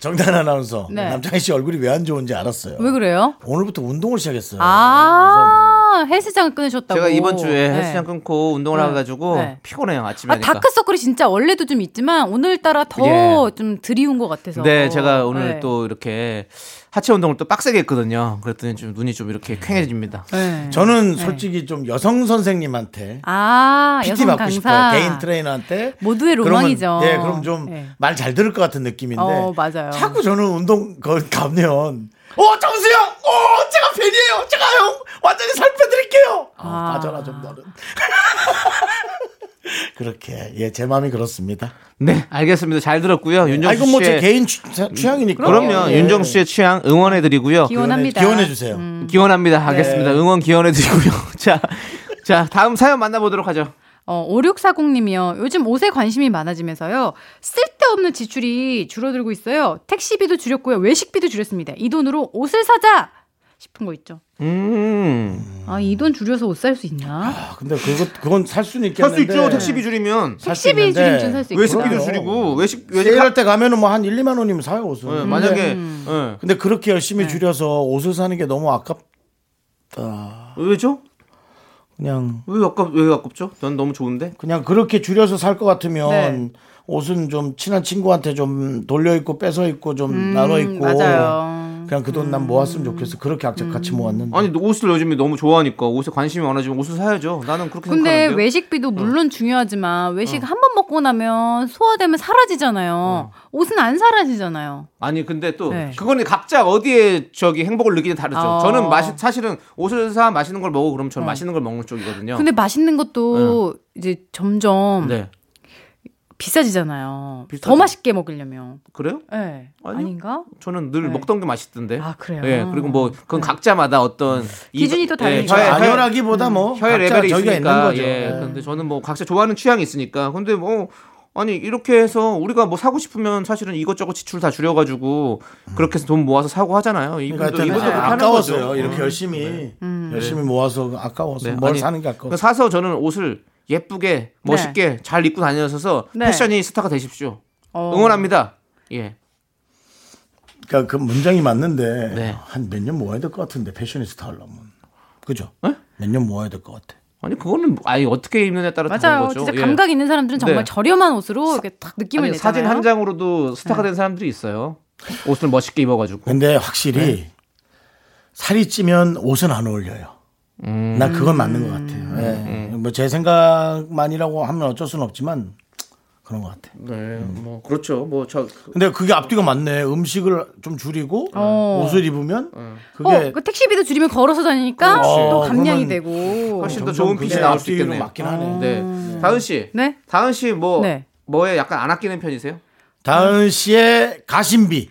정단 아나운서.
네.
남창희 씨 얼굴이 왜 안 좋은지 알았어요.
왜 그래요?
오늘부터 운동을 시작했어요.
아, 헬스장을 끊으셨다고.
뭐.
제가 이번 주에
네.
헬스장 끊고 운동을
네.
해가지고
네.
피곤해요, 아침에.
아, 다크서클이 진짜 원래도 좀 있지만 오늘따라 더
예.
좀 드리운 것 같아서.
네, 제가 오늘
네.
또 이렇게 하체 운동을 또 빡세게 했거든요. 그랬더니 좀 눈이 좀 이렇게 퀭해집니다.
네.
저는 솔직히 좀 여성 선생님한테
아,
PT
여성
받고
강사.
싶어요. 개인 트레이너한테.
모두의 로망이죠.
그러면, 예, 그럼 좀
예.
말 잘 들을 것 같은 느낌인데.
어, 맞아요.
자꾸 저는 운동 거- 가면 어, 정수 형! 어, 제가 팬이에요! 제가 형! 완전히 살 빼드릴게요! 아,
아.
빠져라, 좀 너는. 그렇게. 예, 제 마음이 그렇습니다.
네, 알겠습니다. 잘 들었고요.
아,
윤정수
이건
씨의
뭐 제 개인 취, 향이니까
그럼요. 예. 윤정수 씨의 취향 응원해드리고요. 네.
기원합니다. 음.
기원해주세요.
음. 기원합니다. 하겠습니다. 응원 기원해드리고요. 자, 자 다음 사연 만나보도록 하죠.
어, 5640님이요. 요즘 옷에 관심이 많아지면서요. 쓸데없는 지출이 줄어들고 있어요. 택시비도 줄였고요. 외식비도 줄였습니다. 이 돈으로 옷을 사자! 싶은 거 있죠.
음,
아, 이 돈 줄여서 옷 살 수 있나?
아, 근데 그것, 그건 살 수는
할
있겠는데.
수 있죠. 택시비 줄이면
살수
택시비
있는데
줄이면 좀살수 있구나.
외식비도 줄이고 외식 외식
세일할 때 가면은 뭐 한 1, 2만 원이면 사요, 옷은.
예,
근데
그러니까 만약에 예.
근데 그렇게 열심히 줄여서 옷을 사는 게 너무 아깝다.
왜죠?
그냥
왜 아깝 왜 아깝죠? 난 너무 좋은데.
그냥 그렇게 줄여서 살 것 같으면
네.
옷은 좀 친한 친구한테 좀 돌려 입고 뺏어 입고 좀
음,
나눠 입고
맞아요.
그냥 그 돈 난 모았으면 좋겠어. 그렇게 악착 같이 모았는데.
음. 아니 옷을 요즘에 너무 좋아하니까 옷에 관심이 많아지면 옷을 사야죠. 나는 그렇게
근데
생각하는데.
외식비도 물론 중요하지만 외식
어.
한 번 먹고 나면 소화되면 사라지잖아요. 옷은 안 사라지잖아요.
아니 근데 또
네.
그거는 각자 어디에 저기 행복을 느끼는 다르죠.
어. 네.
저는 마시, 사실은 옷을 사 맛있는 걸 먹고 그럼 저는 맛있는 걸 먹는 쪽이거든요.
근데 맛있는 것도 이제 점점
어. 네
비싸지잖아요.
비싸죠.
더 맛있게 먹으려면.
그래요?
예. 네.
아니요.
아닌가?
저는 늘
네.
먹던 게 맛있던데.
아, 그래요? 네. 음.
예 그리고 뭐 그건 각자마다 어떤 이-
기준이 또
예,
다르죠.
혀의- 혀의-
당연하기보다 뭐
음, 혀의
각자
레벨이
저기가
있으니까.
있는 거죠.
예.
예.
근데 저는 뭐 각자 좋아하는 취향이 있으니까. 근데 뭐 아니 이렇게 해서 우리가 뭐 사고 싶으면 사실은 이것저것 지출 다 줄여가지고 그렇게 해서 돈 모아서 사고 하잖아요. 이분도
그러니까
이분도
하여튼
그렇게 하는
아까웠어요.
거죠. 음.
이렇게 열심히 열심히 모아서 아까워서
네,
뭘
아니,
사는 게 아까워.
그러니까 사서 저는 옷을 예쁘게 멋있게 잘 입고 다녀서
네.
패션이 스타가 되십시오.
어.
응원합니다. 예.
그러니까 그 문장이 맞는데
네.
한 몇 년 모아야 될 것 같은데 패셔니스타 하려면 그죠?
네?
몇 년 모아야 될 것 같아.
아니 그거는 뭐, 아예 어떻게 입느냐에 따라 다른
맞아요.
거죠.
진짜
예.
감각 있는 사람들은 정말
네.
저렴한 옷으로 이렇게 딱 느낌을
아니,
내잖아요.
사진 한 장으로도 스타가 된 사람들이 있어요. 옷을 멋있게 입어가지고.
근데 확실히
네.
살이 찌면 옷은 안 어울려요.
음.
나 그건 맞는 것 같아요. 예. 뭐제 생각만이라고 하면 어쩔 수는 없지만 그런 것 같아.
네, 뭐 그렇죠. 뭐저
근데 그게 앞뒤가 맞네. 음식을 좀 줄이고
어.
옷을 입으면
어,
그게
그 택시비도 줄이면 걸어서
아,
다니니까
그렇지.
또
어,
감량이
그러면
되고.
훨씬 더
점점
좋은
그게
핏이 나올 수
앞뒤로
있겠네요.
맞긴 하네.
네. 다은 씨.
네?
다은 씨 뭐
음. 네.
뭐에 약간 안 아끼는 편이세요?
다은 씨의 가심비.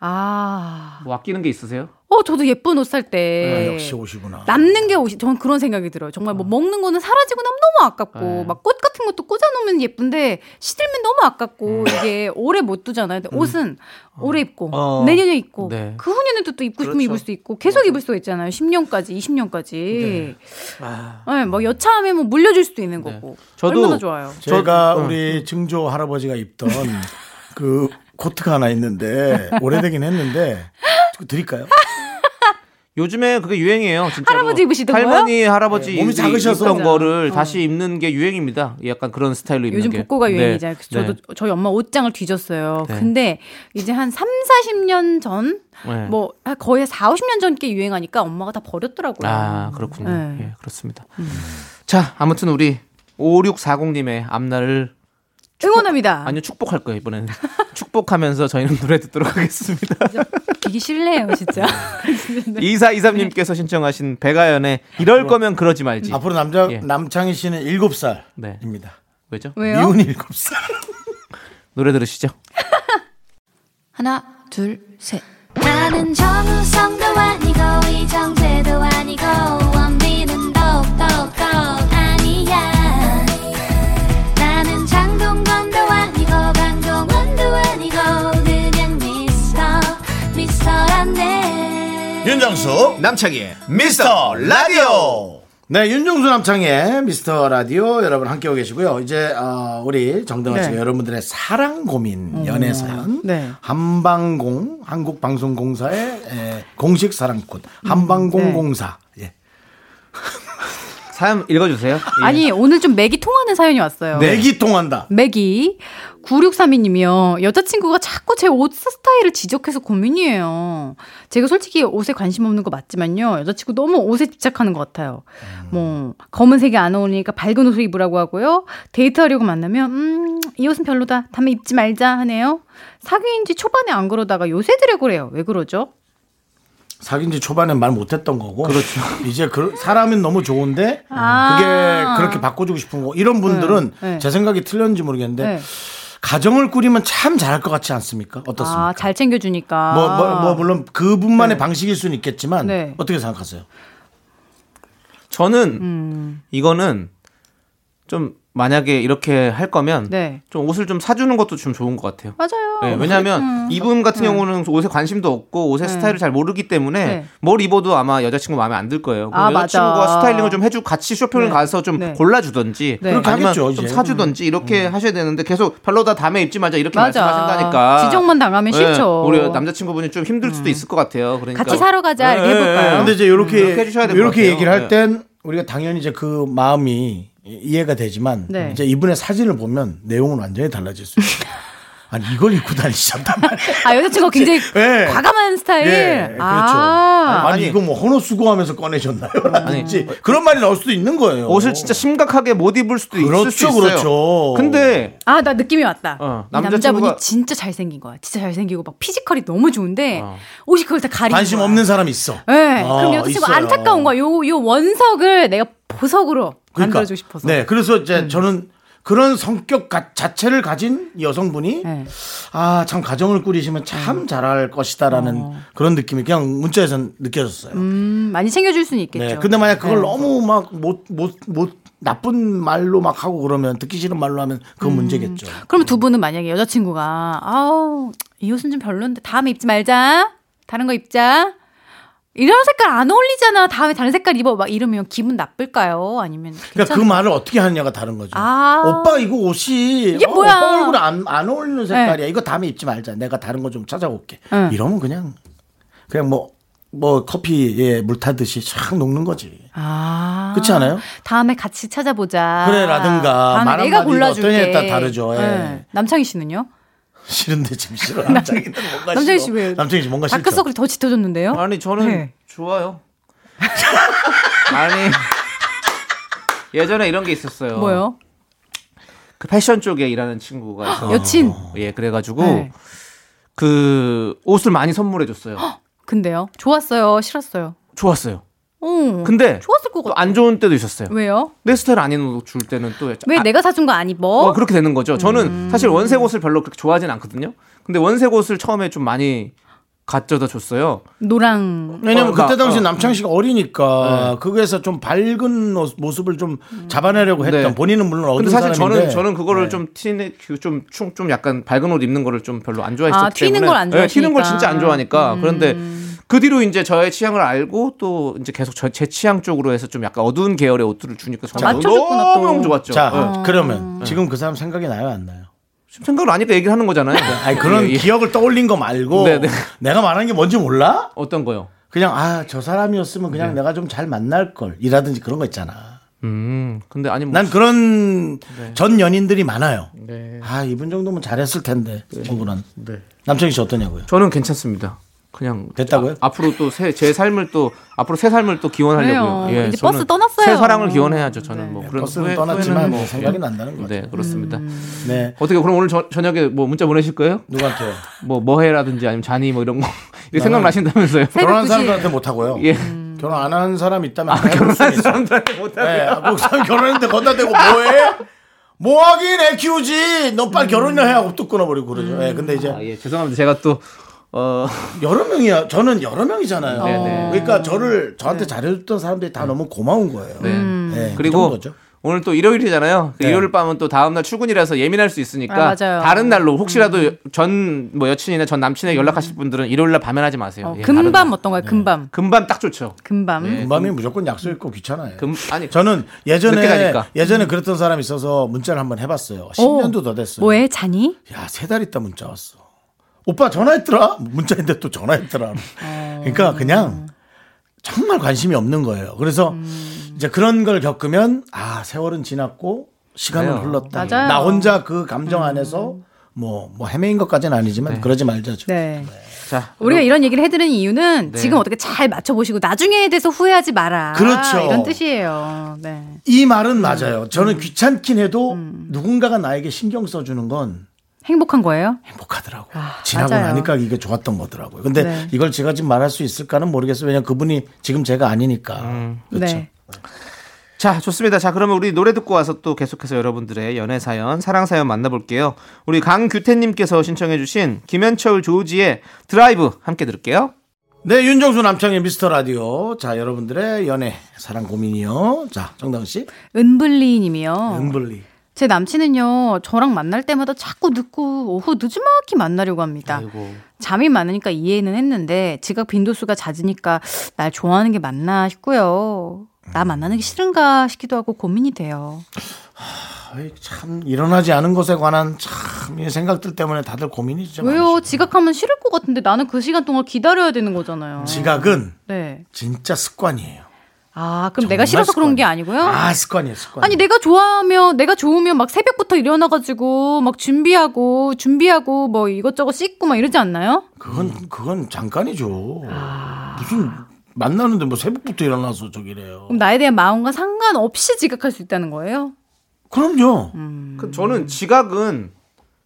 아.
뭐 아끼는 게 있으세요?
어, 저도 예쁜 옷 살
아,
네.
때.
역시 옷이구나.
남는 게 옷이 전 그런 생각이 들어요. 정말 뭐 먹는 거는 사라지고 나면 너무 아깝고
아. 네.
막 꽃 같은 것도 꽂아 놓으면 예쁜데 시들면 너무 아깝고 이게 오래 못 두잖아요. 근데 옷은 오래 입고
음. 어.
내년에 입고
네.
그 후년에도 또 입고 싶으면
그렇죠.
입을 수 있고 계속 입을 수가 있잖아요. 10년까지, 20년까지.
아. 네.
네, 뭐 여차하면 뭐 물려줄 수도 있는 거고.
저도-
얼마나 좋아요.
제가
어.
우리 증조 할아버지가 입던 그 코트가 하나 있는데 오래되긴 했는데 그거 드릴까요?
아, 요즘에 그게 유행이에요. 진짜로.
할아버지 입으시던 거요? 어.
할머니, 할아버지
네, 몸이 작으셔서.
입던 거를 다시 입는 게 유행입니다. 약간 그런 스타일로 입는
요즘
게.
복고가
네,
유행이잖아요. 그래서
네,
저도 저희 엄마 옷장을 뒤졌어요.
네.
근데 이제 한 3, 40년 전
네.
뭐 거의 4, 50년 전께 유행하니까 엄마가 다 버렸더라고요.
아, 그렇군요.
네.
예, 그렇습니다. 자, 아무튼 우리 5640님의 앞날을
응원합니다.
아니요 축복할 거예요 이번에는 축복하면서 저희는 노래 듣도록 하겠습니다.
기기 실례예요, 진짜.
네. 이사이삼님께서 신청하신 백아연의
뭐.
이럴 거면 그러지
아,
말지.
앞으로 남자
예.
남창희 씨는 7살입니다.
네. 왜죠?
왜요?
미운 7살.
노래 들으시죠.
하나, 둘, 셋.
나는 정우성도 아니고 이정재도 아니고 원빈은 더욱더 아니야 나
윤정수
남창희의
미스터 라디오
네, 윤종수 남창의 미스터 라디오 여러분 함께하고 계시고요. 이제 어, 우리 정다은
네. 음.
씨가 여러분들의 사랑 고민 연애 사연
네.
한방공 한국방송공사의 에, 공식 사랑꾼 한방공공사
네.
예.
사연 읽어주세요. 예. 네.
아니 오늘 좀 맥이 통하는 사연이 왔어요.
네 내기 통한다.
맥이 9632님이요. 여자친구가 자꾸 제 옷 스타일을 지적해서 고민이에요. 제가 솔직히 옷에 관심 없는 거 맞지만요. 여자친구 너무 옷에 집착하는 것 같아요.
음.
뭐 검은색이 안 어울리니까 밝은 옷을 입으라고 하고요. 데이트하려고 만나면 음, 이 옷은 별로다. 다음에 입지 말자 하네요. 사귄 지 초반에 안 그러다가 요새 들에 그래요. 왜 그러죠?
사귄 지 초반엔 말 못했던 거고. 그렇죠. 이제 그, 사람은 너무 좋은데
아.
그게 그렇게 바꿔주고 싶은 거. 이런 분들은
네, 네.
제 생각이 틀렸는지 모르겠는데
네.
가정을 꾸리면 참 잘할 것 같지 않습니까? 어떻습니까?
아, 잘 챙겨 주니까.
뭐, 뭐, 뭐 물론 그분만의 방식일 수는 있겠지만
네.
어떻게 생각하세요?
저는
음.
이거는 좀 만약에 이렇게 할 거면
네.
좀 옷을 좀 사주는 것도 좀 좋은 것 같아요.
맞아요.
네,
음.
왜냐하면 이분 같은 경우는 옷에 관심도 없고 옷의 스타일을 잘 모르기 때문에
네.
뭘 입어도 아마 여자친구 마음에 안 들 거예요. 그럼
아,
여자친구가
맞아.
스타일링을 좀 해주고 같이 쇼핑을
네.
가서 좀
네.
골라주던지
네. 그렇게
아니면
하겠죠,
좀
이제. 음.
사주던지 이렇게 하셔야 되는데 계속 별로다 다음에 입지 말자 이렇게
맞아.
말씀하신다니까 네,
지적만 당하면 싫죠. 음.
우리 남자친구분이 좀 힘들 수도 있을 것 같아요. 그러니까
같이 사러 가자 이렇게 해볼까요?
네, 근데 이제
음,
이렇게
그렇게 해주셔야 될것
이렇게
같아요.
얘기를 할 땐 네. 우리가 당연히 이제 그 마음이 이- 이해가 되지만
네.
이제 이분의 사진을 보면 내용은 완전히 달라질 수 있어요. 아니 이걸 입고 다니시단 말이에요.
아 여자친구가 굉장히
예.
과감한 스타일.
예, 그렇죠.
아.
아니, 이거 뭐 헌옷 수고하면서 꺼내셨나요? 라든지 그런 말이 나올 수도 있는 거예요.
어, 옷을 진짜 심각하게 못 입을 수도
그렇죠,
있을 수 있어요.
그렇죠.
근데
아, 나 느낌이 왔다.
어,
이 남자분이
남자친구가-
진짜 잘생긴 거야. 진짜 잘생기고 막 피지컬이 너무 좋은데 옷이 그걸 다 가리고.
어. 관심 없는 사람이 있어.
예.
어,
그럼 여자친구 가
있어요.
안타까운 거야. 요, 요 원석을 내가 보석으로
그러니까,
만들어주고 싶어서. 음.
네, 그래서 이제 저는 그런 성격 가- 자체를 가진 여성분이
네.
아, 참 가정을 꾸리시면 참
음.
잘할 것이다라는 그런 느낌이 그냥 문자에서 느껴졌어요.
어. 음, 많이 챙겨줄 수는 있겠죠.
네. 근데 만약 그걸
네.
너무 막 못 못 못 나쁜 말로 막 하고 그러면 듣기 싫은 말로 하면
음.
그건 문제겠죠.
그럼 두 분은 만약에 여자친구가 아우 이 옷은 좀 별론데 다음에 입지 말자. 다른 거 입자. 이런 색깔 안 어울리잖아. 다음에 다른 색깔 입어. 막 이러면 기분 나쁠까요? 아니면
그러니까
괜찮을까요?
그 말을 어떻게 하느냐가 다른 거죠.
아.
오빠 이거 옷이
이게
어,
뭐야. 네.
오빠 얼굴에 안, 안 어울리는 색깔이야. 이거 다음에 입지 말자. 내가 다른 거 좀 찾아올게.
응.
이러면 그냥 그냥 뭐 뭐 커피에 물 타듯이 촥 녹는 거지.
아.
그렇지 않아요?
다음에 같이 찾아보자.
그래라든가
다음에
말
내가
한마디
골라줄게.
어떠냐에 따라 다르죠. 예.
네. 남창희 씨는요?
싫은데 지금 싫어. 남창이는 뭔가 싫어.
남창희 씨 왜?
남창희 씨 뭔가 싫죠.
다크서클이 더 짙어졌는데요?
아니 저는
네.
좋아요. 아니 예전에 이런 게 있었어요.
뭐요?
그 패션 쪽에 일하는 친구가
아.
있어요.
여친.
예, 그래가지고
아. 네.
그 옷을 많이 선물해줬어요.
근데요? 좋았어요? 싫었어요?
좋았어요.
오.
근데
좋았을 것
또
같아.
안 좋은 때도 있었어요.
왜요?
내 스타일 아닌 옷 줄 때는 또
왜
아,
내가 사준 거 뭐? 음. 안 입어?
어, 그렇게 되는 거죠. 저는 사실 원색 옷을 별로 그렇게 좋아하진 않거든요. 근데 원색 옷을 처음에 좀 많이 갖져다 줬어요.
노랑.
왜냐면
어,
그때
나-
당시
어.
남창 씨가
네.
어리니까 그거에서 좀 밝은 모습- 모습을 좀
음.
잡아내려고 했던
네.
본인은 물론 어두운
근데 사실
사람인데
저는 저는 그거를 좀 티네 좀좀 좀 약간 밝은 옷 입는 거를 좀 별로 안 좋아했었기
아, 튀는
때문에
걸안
예, 튀는 걸
좋아하시니까. 음.
진짜 안 좋아하니까 그런데 그 뒤로 이제 저의 취향을 알고 또 이제 계속 저, 제 취향 쪽으로 해서 좀 약간 어두운 계열의 옷들을 주니까 저는
맞춰줬구나, 또.
너무 너무 좋았죠.
자
예.
그러면
어.
지금 그 사람 생각이 나요 안 나요?
지금 생각을 안 하니까 얘기를 하는 거잖아요.
아니 그런
예, 예.
기억을 떠올린 거 말고
네, 네.
내가 말하는 게 뭔지 몰라?
어떤 거요?
그냥 아 저 사람이었으면 그냥
네.
내가 좀 잘 만날 걸이라든지 그런 거 있잖아.
음, 근데 아니 뭐
난 그런
네.
전 연인들이 많아요. 아 이분 정도면 잘했을 텐데
네.
친구는. 남창희 씨 어떠냐고요?
저는 괜찮습니다. 그냥
됐다고요?
아, 앞으로 또 제 삶을 또 앞으로 새 삶을 또 기원하려고요. 예,
그래요. 이제
저는
버스 떠났어요. 네.
새 사랑을 기원해야죠. 저는 뭐 그런
버스는
후회-
떠났지만
후회는 뭐
생각이 난다는 거죠.
네 그렇습니다.
음.
네.
어떻게 그럼 오늘 저- 저녁에 뭐 문자 보내실 거예요?
누구한테요?
뭐 뭐해라든지 아니면 잔이 뭐 이런 거 이게 생각나신다면서요?
결혼한
구시-
사람들한테 못 하고요.
예. 아,
결혼 안 한 사람 있다면 결혼한 사람들한테 못 하고요. 아, 뭐 목사님 결혼했는데 건다 대고 뭐해? 뭐 하긴 애 키우지. 너 빨리 결혼이나 해 하고 뚝 끊어버리고 그러죠. 예. 근데 이제
음. 아, 예 죄송합니다. 제가 또 어,
여러 명이야. 저는 여러 명이잖아요.
네, 네.
그러니까 저를 저한테 잘해줬던 사람들이 다 너무 고마운 거예요.
네.
예, 그
그리고
정도죠. 네.
오늘 또 일요일이잖아요. 그 일요일 밤은 또 다음날 출근이라서 예민할 수 있으니까
아, 맞아요. 음.
다른 날로 혹시라도 전 뭐 여친이나 전 남친에게 연락하실 분들은 일요일날 밤엔 하지 마세요.
아,
어,
예, 다른
금밤
날.
네.
어떤가요? 금밤.
금밤 딱 좋죠.
금밤.
금밤이 무조건 약속 있고 귀찮아요.
네. 금 아니
저는 예전에
늦게 가니까. 음.
예전에 그랬던 사람이 있어서 문자를 한번 해봤어요. 10년도 더 됐어요.
뭐해 자니?
야, 세 달 있다 문자 왔어. 오빠 전화했더라? 문자인데 또 전화했더라.
어.
그러니까 그냥 정말 관심이 없는 거예요. 그래서
음.
이제 그런 걸 겪으면 아, 세월은 지났고 시간은
맞아요.
흘렀다.
맞아요. 음.
나 혼자 그 감정 안에서 뭐, 뭐 헤매인 것까지는 아니지만 그러지 말자죠.
네.
자
우리가 이런 얘기를 해드리는 이유는 지금 어떻게 잘 맞춰보시고 나중에에 대해서 후회하지 마라.
네. 그렇죠.
이런 뜻이에요. 네.
이 말은 맞아요.
음.
저는 귀찮긴 해도 누군가가 나에게 신경 써주는 건
행복한 거예요?
행복하더라고. 지나고
맞아요.
나니까 이게 좋았던 거더라고요. 근데
네.
이걸 제가 지금 말할 수 있을까는 모르겠어요. 왜냐면 그분이 지금 제가 아니니까. 그렇죠.
네.
자, 좋습니다. 자, 그러면 우리 노래 듣고 와서 또 계속해서 여러분들의 연애 사연, 사랑 사연 만나볼게요. 우리 강규태님께서 신청해주신 김현철 조지의 드라이브 함께 들을게요.
네, 윤정수 남창의 미스터 라디오. 자, 여러분들의 연애, 사랑 고민이요. 자, 정다은 씨.
은블리 님이요.
은블리.
제 남친은요, 저랑 만날 때마다 자꾸 늦고 오후 늦지막히 만나려고 합니다. 잠이 많으니까 이해는 했는데 지각 빈도수가 잦으니까 날 좋아하는 게 맞나 싶고요. 나 만나는 게 싫은가 싶기도 하고 고민이 돼요.
아이, 참, 일어나지 않은 것에 관한 참, 이 생각들 때문에 다들 고민이 진짜
왜요?
많으시죠.
지각하면 싫을 것 같은데 나는 그 시간 동안 기다려야 되는 거잖아요.
지각은
네.
진짜 습관이에요.
아, 그럼 내가
정말
싫어서 그런 게
습관이에요.
아니고요?
아, 습관이에요, 습관.
아니 내가 좋아하면 내가 좋으면 막 새벽부터 일어나가지고 막 준비하고 준비하고 뭐 이것저것 씻고 막 이러지 않나요?
그건, 그건 잠깐이죠.
아.
무슨, 만나는데 뭐 새벽부터 일어나서 저기래요.
그럼 나에 대한 마음과 상관없이 지각할 수 있다는 거예요?
그럼요.
음.
그 저는 지각은,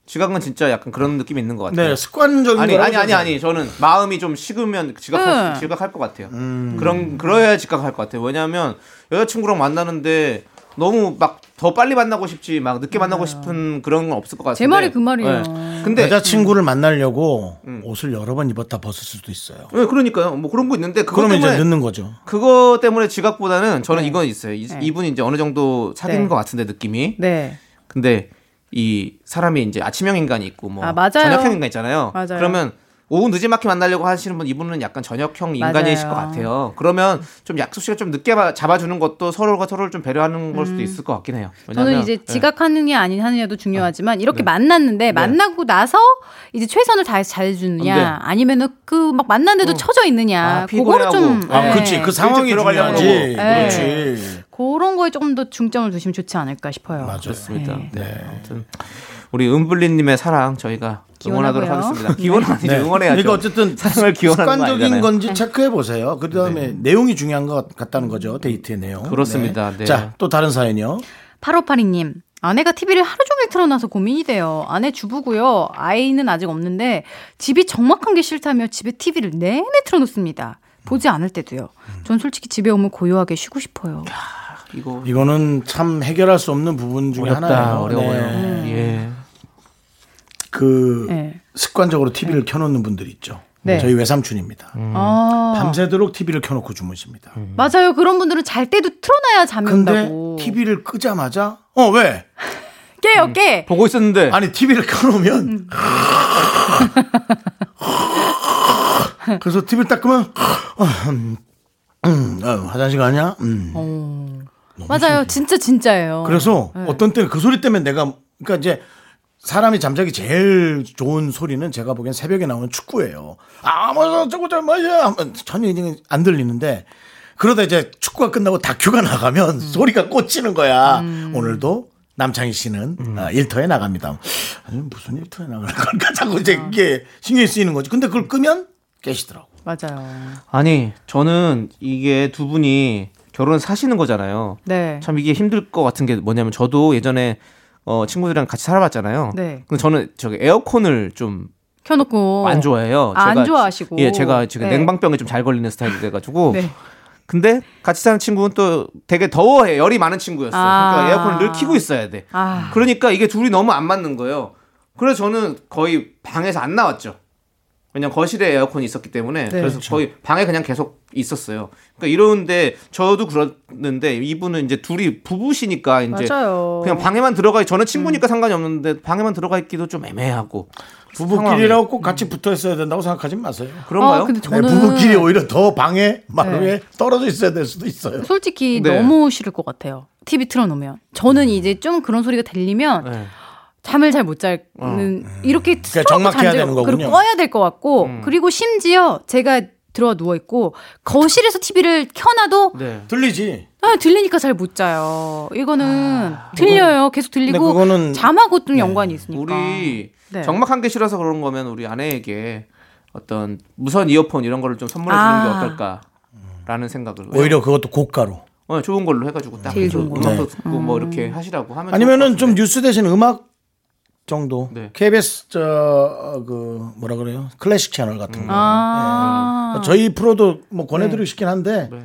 지각은 진짜 약간 그런 느낌이 있는 것 같아요.
네, 습관적인
아니,
거라고
아니, 아니,
생각해요.
아니. 저는 마음이 좀 식으면 지각할,
네.
수- 지각할 것 같아요.
음.
그런, 그래야 지각할 것 같아요. 왜냐하면 여자친구랑 만나는데 너무 막 더 빨리 만나고 싶지, 막 늦게 만나고 싶은 그런 건 없을 것 같아요.
아. 말이 그 말이에요.
근데
여자친구를 만나려고 옷을 여러 번 입었다 벗을 수도 있어요.
네, 그러니까요. 뭐 그런 거 있는데 그것
그러면
때문에
이제 늦는 거죠.
그거 때문에 지각보다는 저는 이건 있어요. 이, 분이 이제 어느 정도 사귄
네.
것 같은데 느낌이.
네.
근데 이 사람이 이제 아침형 인간이 있고 뭐
아, 맞아요.
저녁형 인간 있잖아요.
맞아요.
그러면 오후 늦지막히 만나려고 하시는 분 이분은 약간 저녁형 인간이실
맞아요.
것 같아요. 그러면 좀 약속 시간 좀 늦게 봐- 잡아주는 것도 서로가 서로를 좀 배려하는 걸 수도 있을 것 같긴 해요. 왜냐면,
음. 저는 이제
네.
지각하는 게 아닌 하느냐도 중요하지만 이렇게 만났는데 만나고 나서 이제 최선을 다해서 잘해주느냐
네.
아니면은 그 막 만났는데도 처져 있느냐
아,
그거를 좀
피곤해하고.
아,
네.
그렇지. 그 상황이
들어가려고.
중요하지.
네.
그렇지.
그런 거에 조금 더 중점을 두시면 좋지 않을까 싶어요.
맞아요.
그렇습니다. 네. 아무튼 우리 은블리님의 사랑 저희가 응원하도록
기원하고요.
하겠습니다. 기원은 아니죠.
네.
응원해야죠.
그러니까 어쨌든
사랑을 기원하는 거
습관적인
아니잖아요.
네.
건지 체크해 보세요. 그 다음에 내용이 중요한 것 같다는 거죠. 데이트의 내용.
그렇습니다. 네.
자, 또 다른 사연이요.
8582님. 아내가 TV를 하루 종일 틀어놔서 고민이 돼요. 아내 주부고요. 아이는 아직 없는데 집이 적막한 게 싫다며 집에 TV를 내내 틀어놓습니다. 보지 않을 때도요. 전 솔직히 집에 오면 고요하게 쉬고 싶어요.
이거
이거는 참 해결할 수 없는 부분 중에
어렵다
하나예요.
어려워요.
네.
음.
예.
그
네.
습관적으로 TV를 켜놓는 분들 있죠.
네.
저희 외삼촌입니다.
아,
밤새도록 TV를 켜놓고 주무십니다.
맞아요. 그런 분들은 잘 때도 틀어놔야 잠이
근데
온다고.
TV를 끄자마자 어 왜?
음.
깨요, 깨.
보고
네.
있었는데
아니 TV를 켜놓으면
음.
그래서 TV를 딱 끄면 음, 음, 어, 화장실 가냐? 음.
음.
맞아요. 진짜 진짜예요.
그래서 어떤 때는 그 소리 때문에 내가 그러니까 이제 사람이 잠자기 제일 좋은 소리는 제가 보기엔 새벽에 나오는 축구예요. 아무서 뭐, 저거 잘 마야 하면 전혀 이제 안 들리는데 그러다 이제 축구가 끝나고 다큐가 나가면 소리가 꽂히는 거야. 오늘도 남창희 씨는 아, 일터에 나갑니다. 아니, 무슨 일터에 나가는 걸까 자꾸 이제 이게 신경이 쓰이는 거지. 근데 그걸 끄면 깨시더라고.
맞아요.
아니 저는 이게 두 분이 결혼 사시는 거잖아요.
네.
참 이게 힘들 것 같은 게 뭐냐면 저도 예전에 어, 친구들이랑 같이 살아봤잖아요.
네.
근데 저는 저기 에어컨을 좀 안
켜놓고.
좋아해요.
아, 안 좋아하시고.
예, 제가 지금
네.
냉방병에 좀 잘 걸리는 스타일이 돼가지고.
네.
근데 같이 사는 친구는 또 되게 더워해 열이 많은 친구였어.
아.
그러니까 에어컨을 늘 켜고 있어야 돼.
아.
그러니까 이게 둘이 너무 안 맞는 거예요. 그래서 저는 거의 방에서 안 나왔죠. 왜냐면 거실에 에어컨이 있었기 때문에
네.
그래서
그렇죠.
거의 방에 그냥 계속 있었어요. 그러니까 이러는데 저도 그랬는데 이분은 이제 둘이 부부시니까 이제
맞아요. 음.
그냥 방에만 들어가 저는 친구니까 상관이 없는데 방에만 들어가 있기도 좀 애매하고
부부끼리라고 꼭 같이 음. 붙어 있어야 된다고 생각하지 마세요.
그런가요?
아, 근데
네,
저는
부부끼리 오히려 더 방해 마루에
네.
떨어져 있어야 될 수도 있어요.
솔직히
네.
너무 싫을 것 같아요. TV 틀어놓으면
음.
저는 이제 좀 그런 소리가 들리면
네.
잠을 잘 못 자는 이렇게 틀어놓고
어. 그러니까 정막해야
잠들-
되는 거군요. 음.
그리고 꺼야 될 것 같고 그리고 심지어 제가 들어와 누워 있고 거실에서 TV를 켜놔도
네.
들리지?
아, 들리니까 잘 못 자요. 이거는 들려요. 계속 들리고
아. 근데 그거는- 네.
잠하고 좀 연관이 있으니까.
우리
네.
정막한 게 싫어서 그런 거면 우리 아내에게 어떤 무선 이어폰 이런 거를 좀 선물해 주는
아.
게 어떨까라는 생각을
오히려 그것도 고가로.
어, 좋은 걸로 해가지고 딱
제일
좀
좋은 걸로.
음악도 듣고 뭐 이렇게 하시라고 하면
아니면은
좋을 것
좀
같은데.
뉴스 대신 음악 정도.
네.
KBS 저그 뭐라 그래요? 클래식 채널 같은 거.
아.
저희 프로도 뭐
네.
권해드리고 싶긴 한데
네.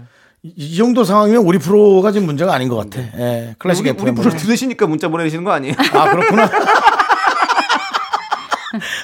이, 이 정도 상황이면 우리 프로가 지금 문제가 아닌 것 같아. 예, 클래식
네. 우리, 우리
FM. 으로.
부를 들으시니까 문자 보내시는 거 아니에요?
아 그렇구나.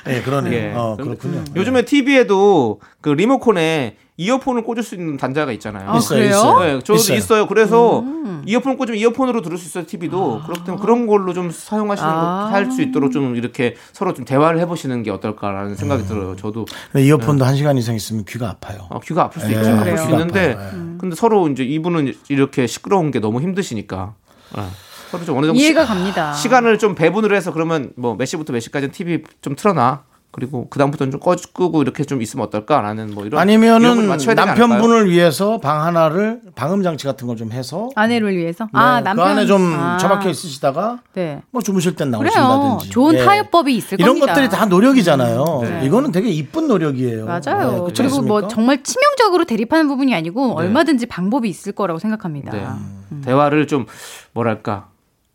예, 그러네요.
예.
어,
그럼-
그렇군요.
요즘에 TV에도 그 리모컨에 이어폰을 꽂을 수 있는 단자가 있잖아요.
아,
있어요,
그래요?
있어요.
네, 저도
있어요. 음.
있어요. 그래서 이어폰 꽂으면 이어폰으로 들을 수 있어요. TV도
아.
그렇기 때문에 그런 걸로 좀 사용하시는
아.
거 할 수 있도록 좀 이렇게 서로 좀 대화를 해보시는 게 어떨까라는 생각이
음.
들어요. 저도
근데 네, 이어폰도 한 시간 이상 있으면 귀가 아파요.
아, 귀가 아플 수
예,
있죠. 아플 수
그래요.
있는데
아파요. 네.
근데 서로 이제 이분은 이렇게 시끄러운 게 너무 힘드시니까 예. 서로 좀
네.
어느 정도
이해가
시-
갑니다.
시간을 좀 배분을 해서 그러면 뭐 몇 시부터 몇 시까지는 TV 좀 틀어놔. 그리고 그 다음부터는 좀 꺼주고 이렇게 좀 있으면 어떨까라는 뭐 이런
아니면은
이런 걸 맞춰야 되지 않을까요?
남편분을 위해서 방 하나를 방음 장치 같은 걸 좀 해서
아내를 위해서.
네,
아, 남편
그 안에 좀
아.
처박혀 있으시다가
네.
뭐 주무실 땐
그래요.
나오신다든지
좋은
예.
타협법이 있을
이런
겁니다. 음.
것들이 다 노력이잖아요.
네.
이거는 되게 이쁜 노력이에요.
맞아요.
네, 그렇지
그리고 뭐
않습니까? 네.
정말 치명적으로 대립하는 부분이 아니고 얼마든지 방법이 있을 거라고 생각합니다.
네. 대화를 좀 뭐랄까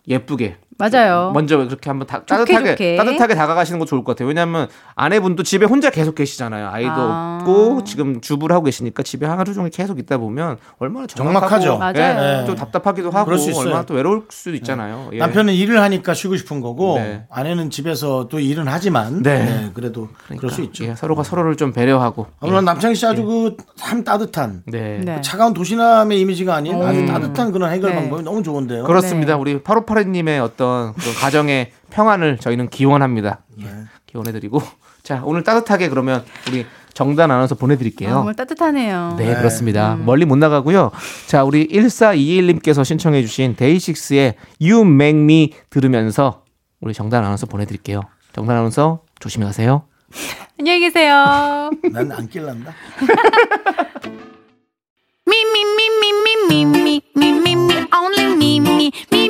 예쁘게
맞아요.
먼저 그렇게 한번 다, 따뜻하게
어? 좋게.
따뜻하게 다가가시는 거 좋을 것 같아요. 왜냐하면 아내분도 집에 혼자 계속 계시잖아요. 아이도
아.
없고 지금 주부를 하고 계시니까 집에 하루 종일 계속 있다 보면 얼마나
정막하죠. 네.
정막하고
맞아요.
예, 좀 답답하기도 하고
그럴 수 있어요. 네.
얼마나 또 외로울 수도 있잖아요. 예.
남편은 일을 하니까 쉬고 싶은 거고
네.
아내는 집에서 또 일은 하지만
네.
네, 그래도 그럴수 있죠. 어.
예, 서로가 서로를 좀 배려하고.
아무튼 남창희 씨 아주 그참 따뜻한
네.
네. 음.
차가운 도시남의 이미지가 아닌 아주 따뜻한 그런 해결
네.
방법이 너무 좋은데요.
그렇습니다. 우리 8582님의 어떤 그런 가정의 평안을 저희는 기원합니다. 예, 기원해드리고. 자, 오늘 따뜻하게 그러면 우리 정단 아나운서
아,
보내드릴게요.
정말 따뜻하네요.
네, 그렇습니다. 멀리 못 나가고요. 자, 우리 1421님께서 신청해주신 데이식스의 You Make Me 들으면서 우리 정단 아나운서 보내드릴게요. 정단 아나운서 조심히 가세요.
안녕히 계세요.
난 안 낄란다.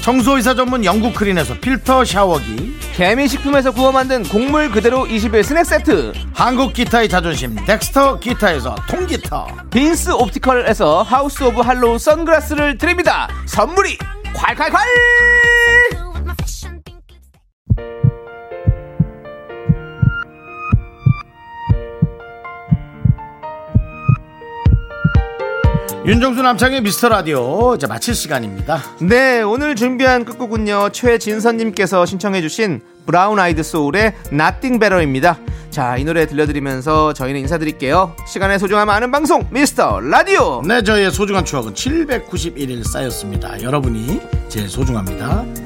청소이사 전문 영국 크린에서 필터 샤워기.
개미식품에서 구워 만든 곡물 그대로 21 스낵 세트
한국 기타의 자존심 덱스터 기타에서 통기타.
빈스 옵티컬에서 하우스 오브 할로우 선글라스를 드립니다 선물이 콸콸콸
윤종수 남창의 미스터 라디오 이제 마칠 시간입니다.
네 오늘 준비한 끝곡은요 최진선님께서 신청해주신 브라운 아이드 소울의 Nothing Better입니다 자 이 노래 들려드리면서 저희는 인사드릴게요 시간의 소중함 아는 방송 미스터 라디오
네, 저의 소중한 추억은 791일 쌓였습니다. 여러분이 제일 소중합니다.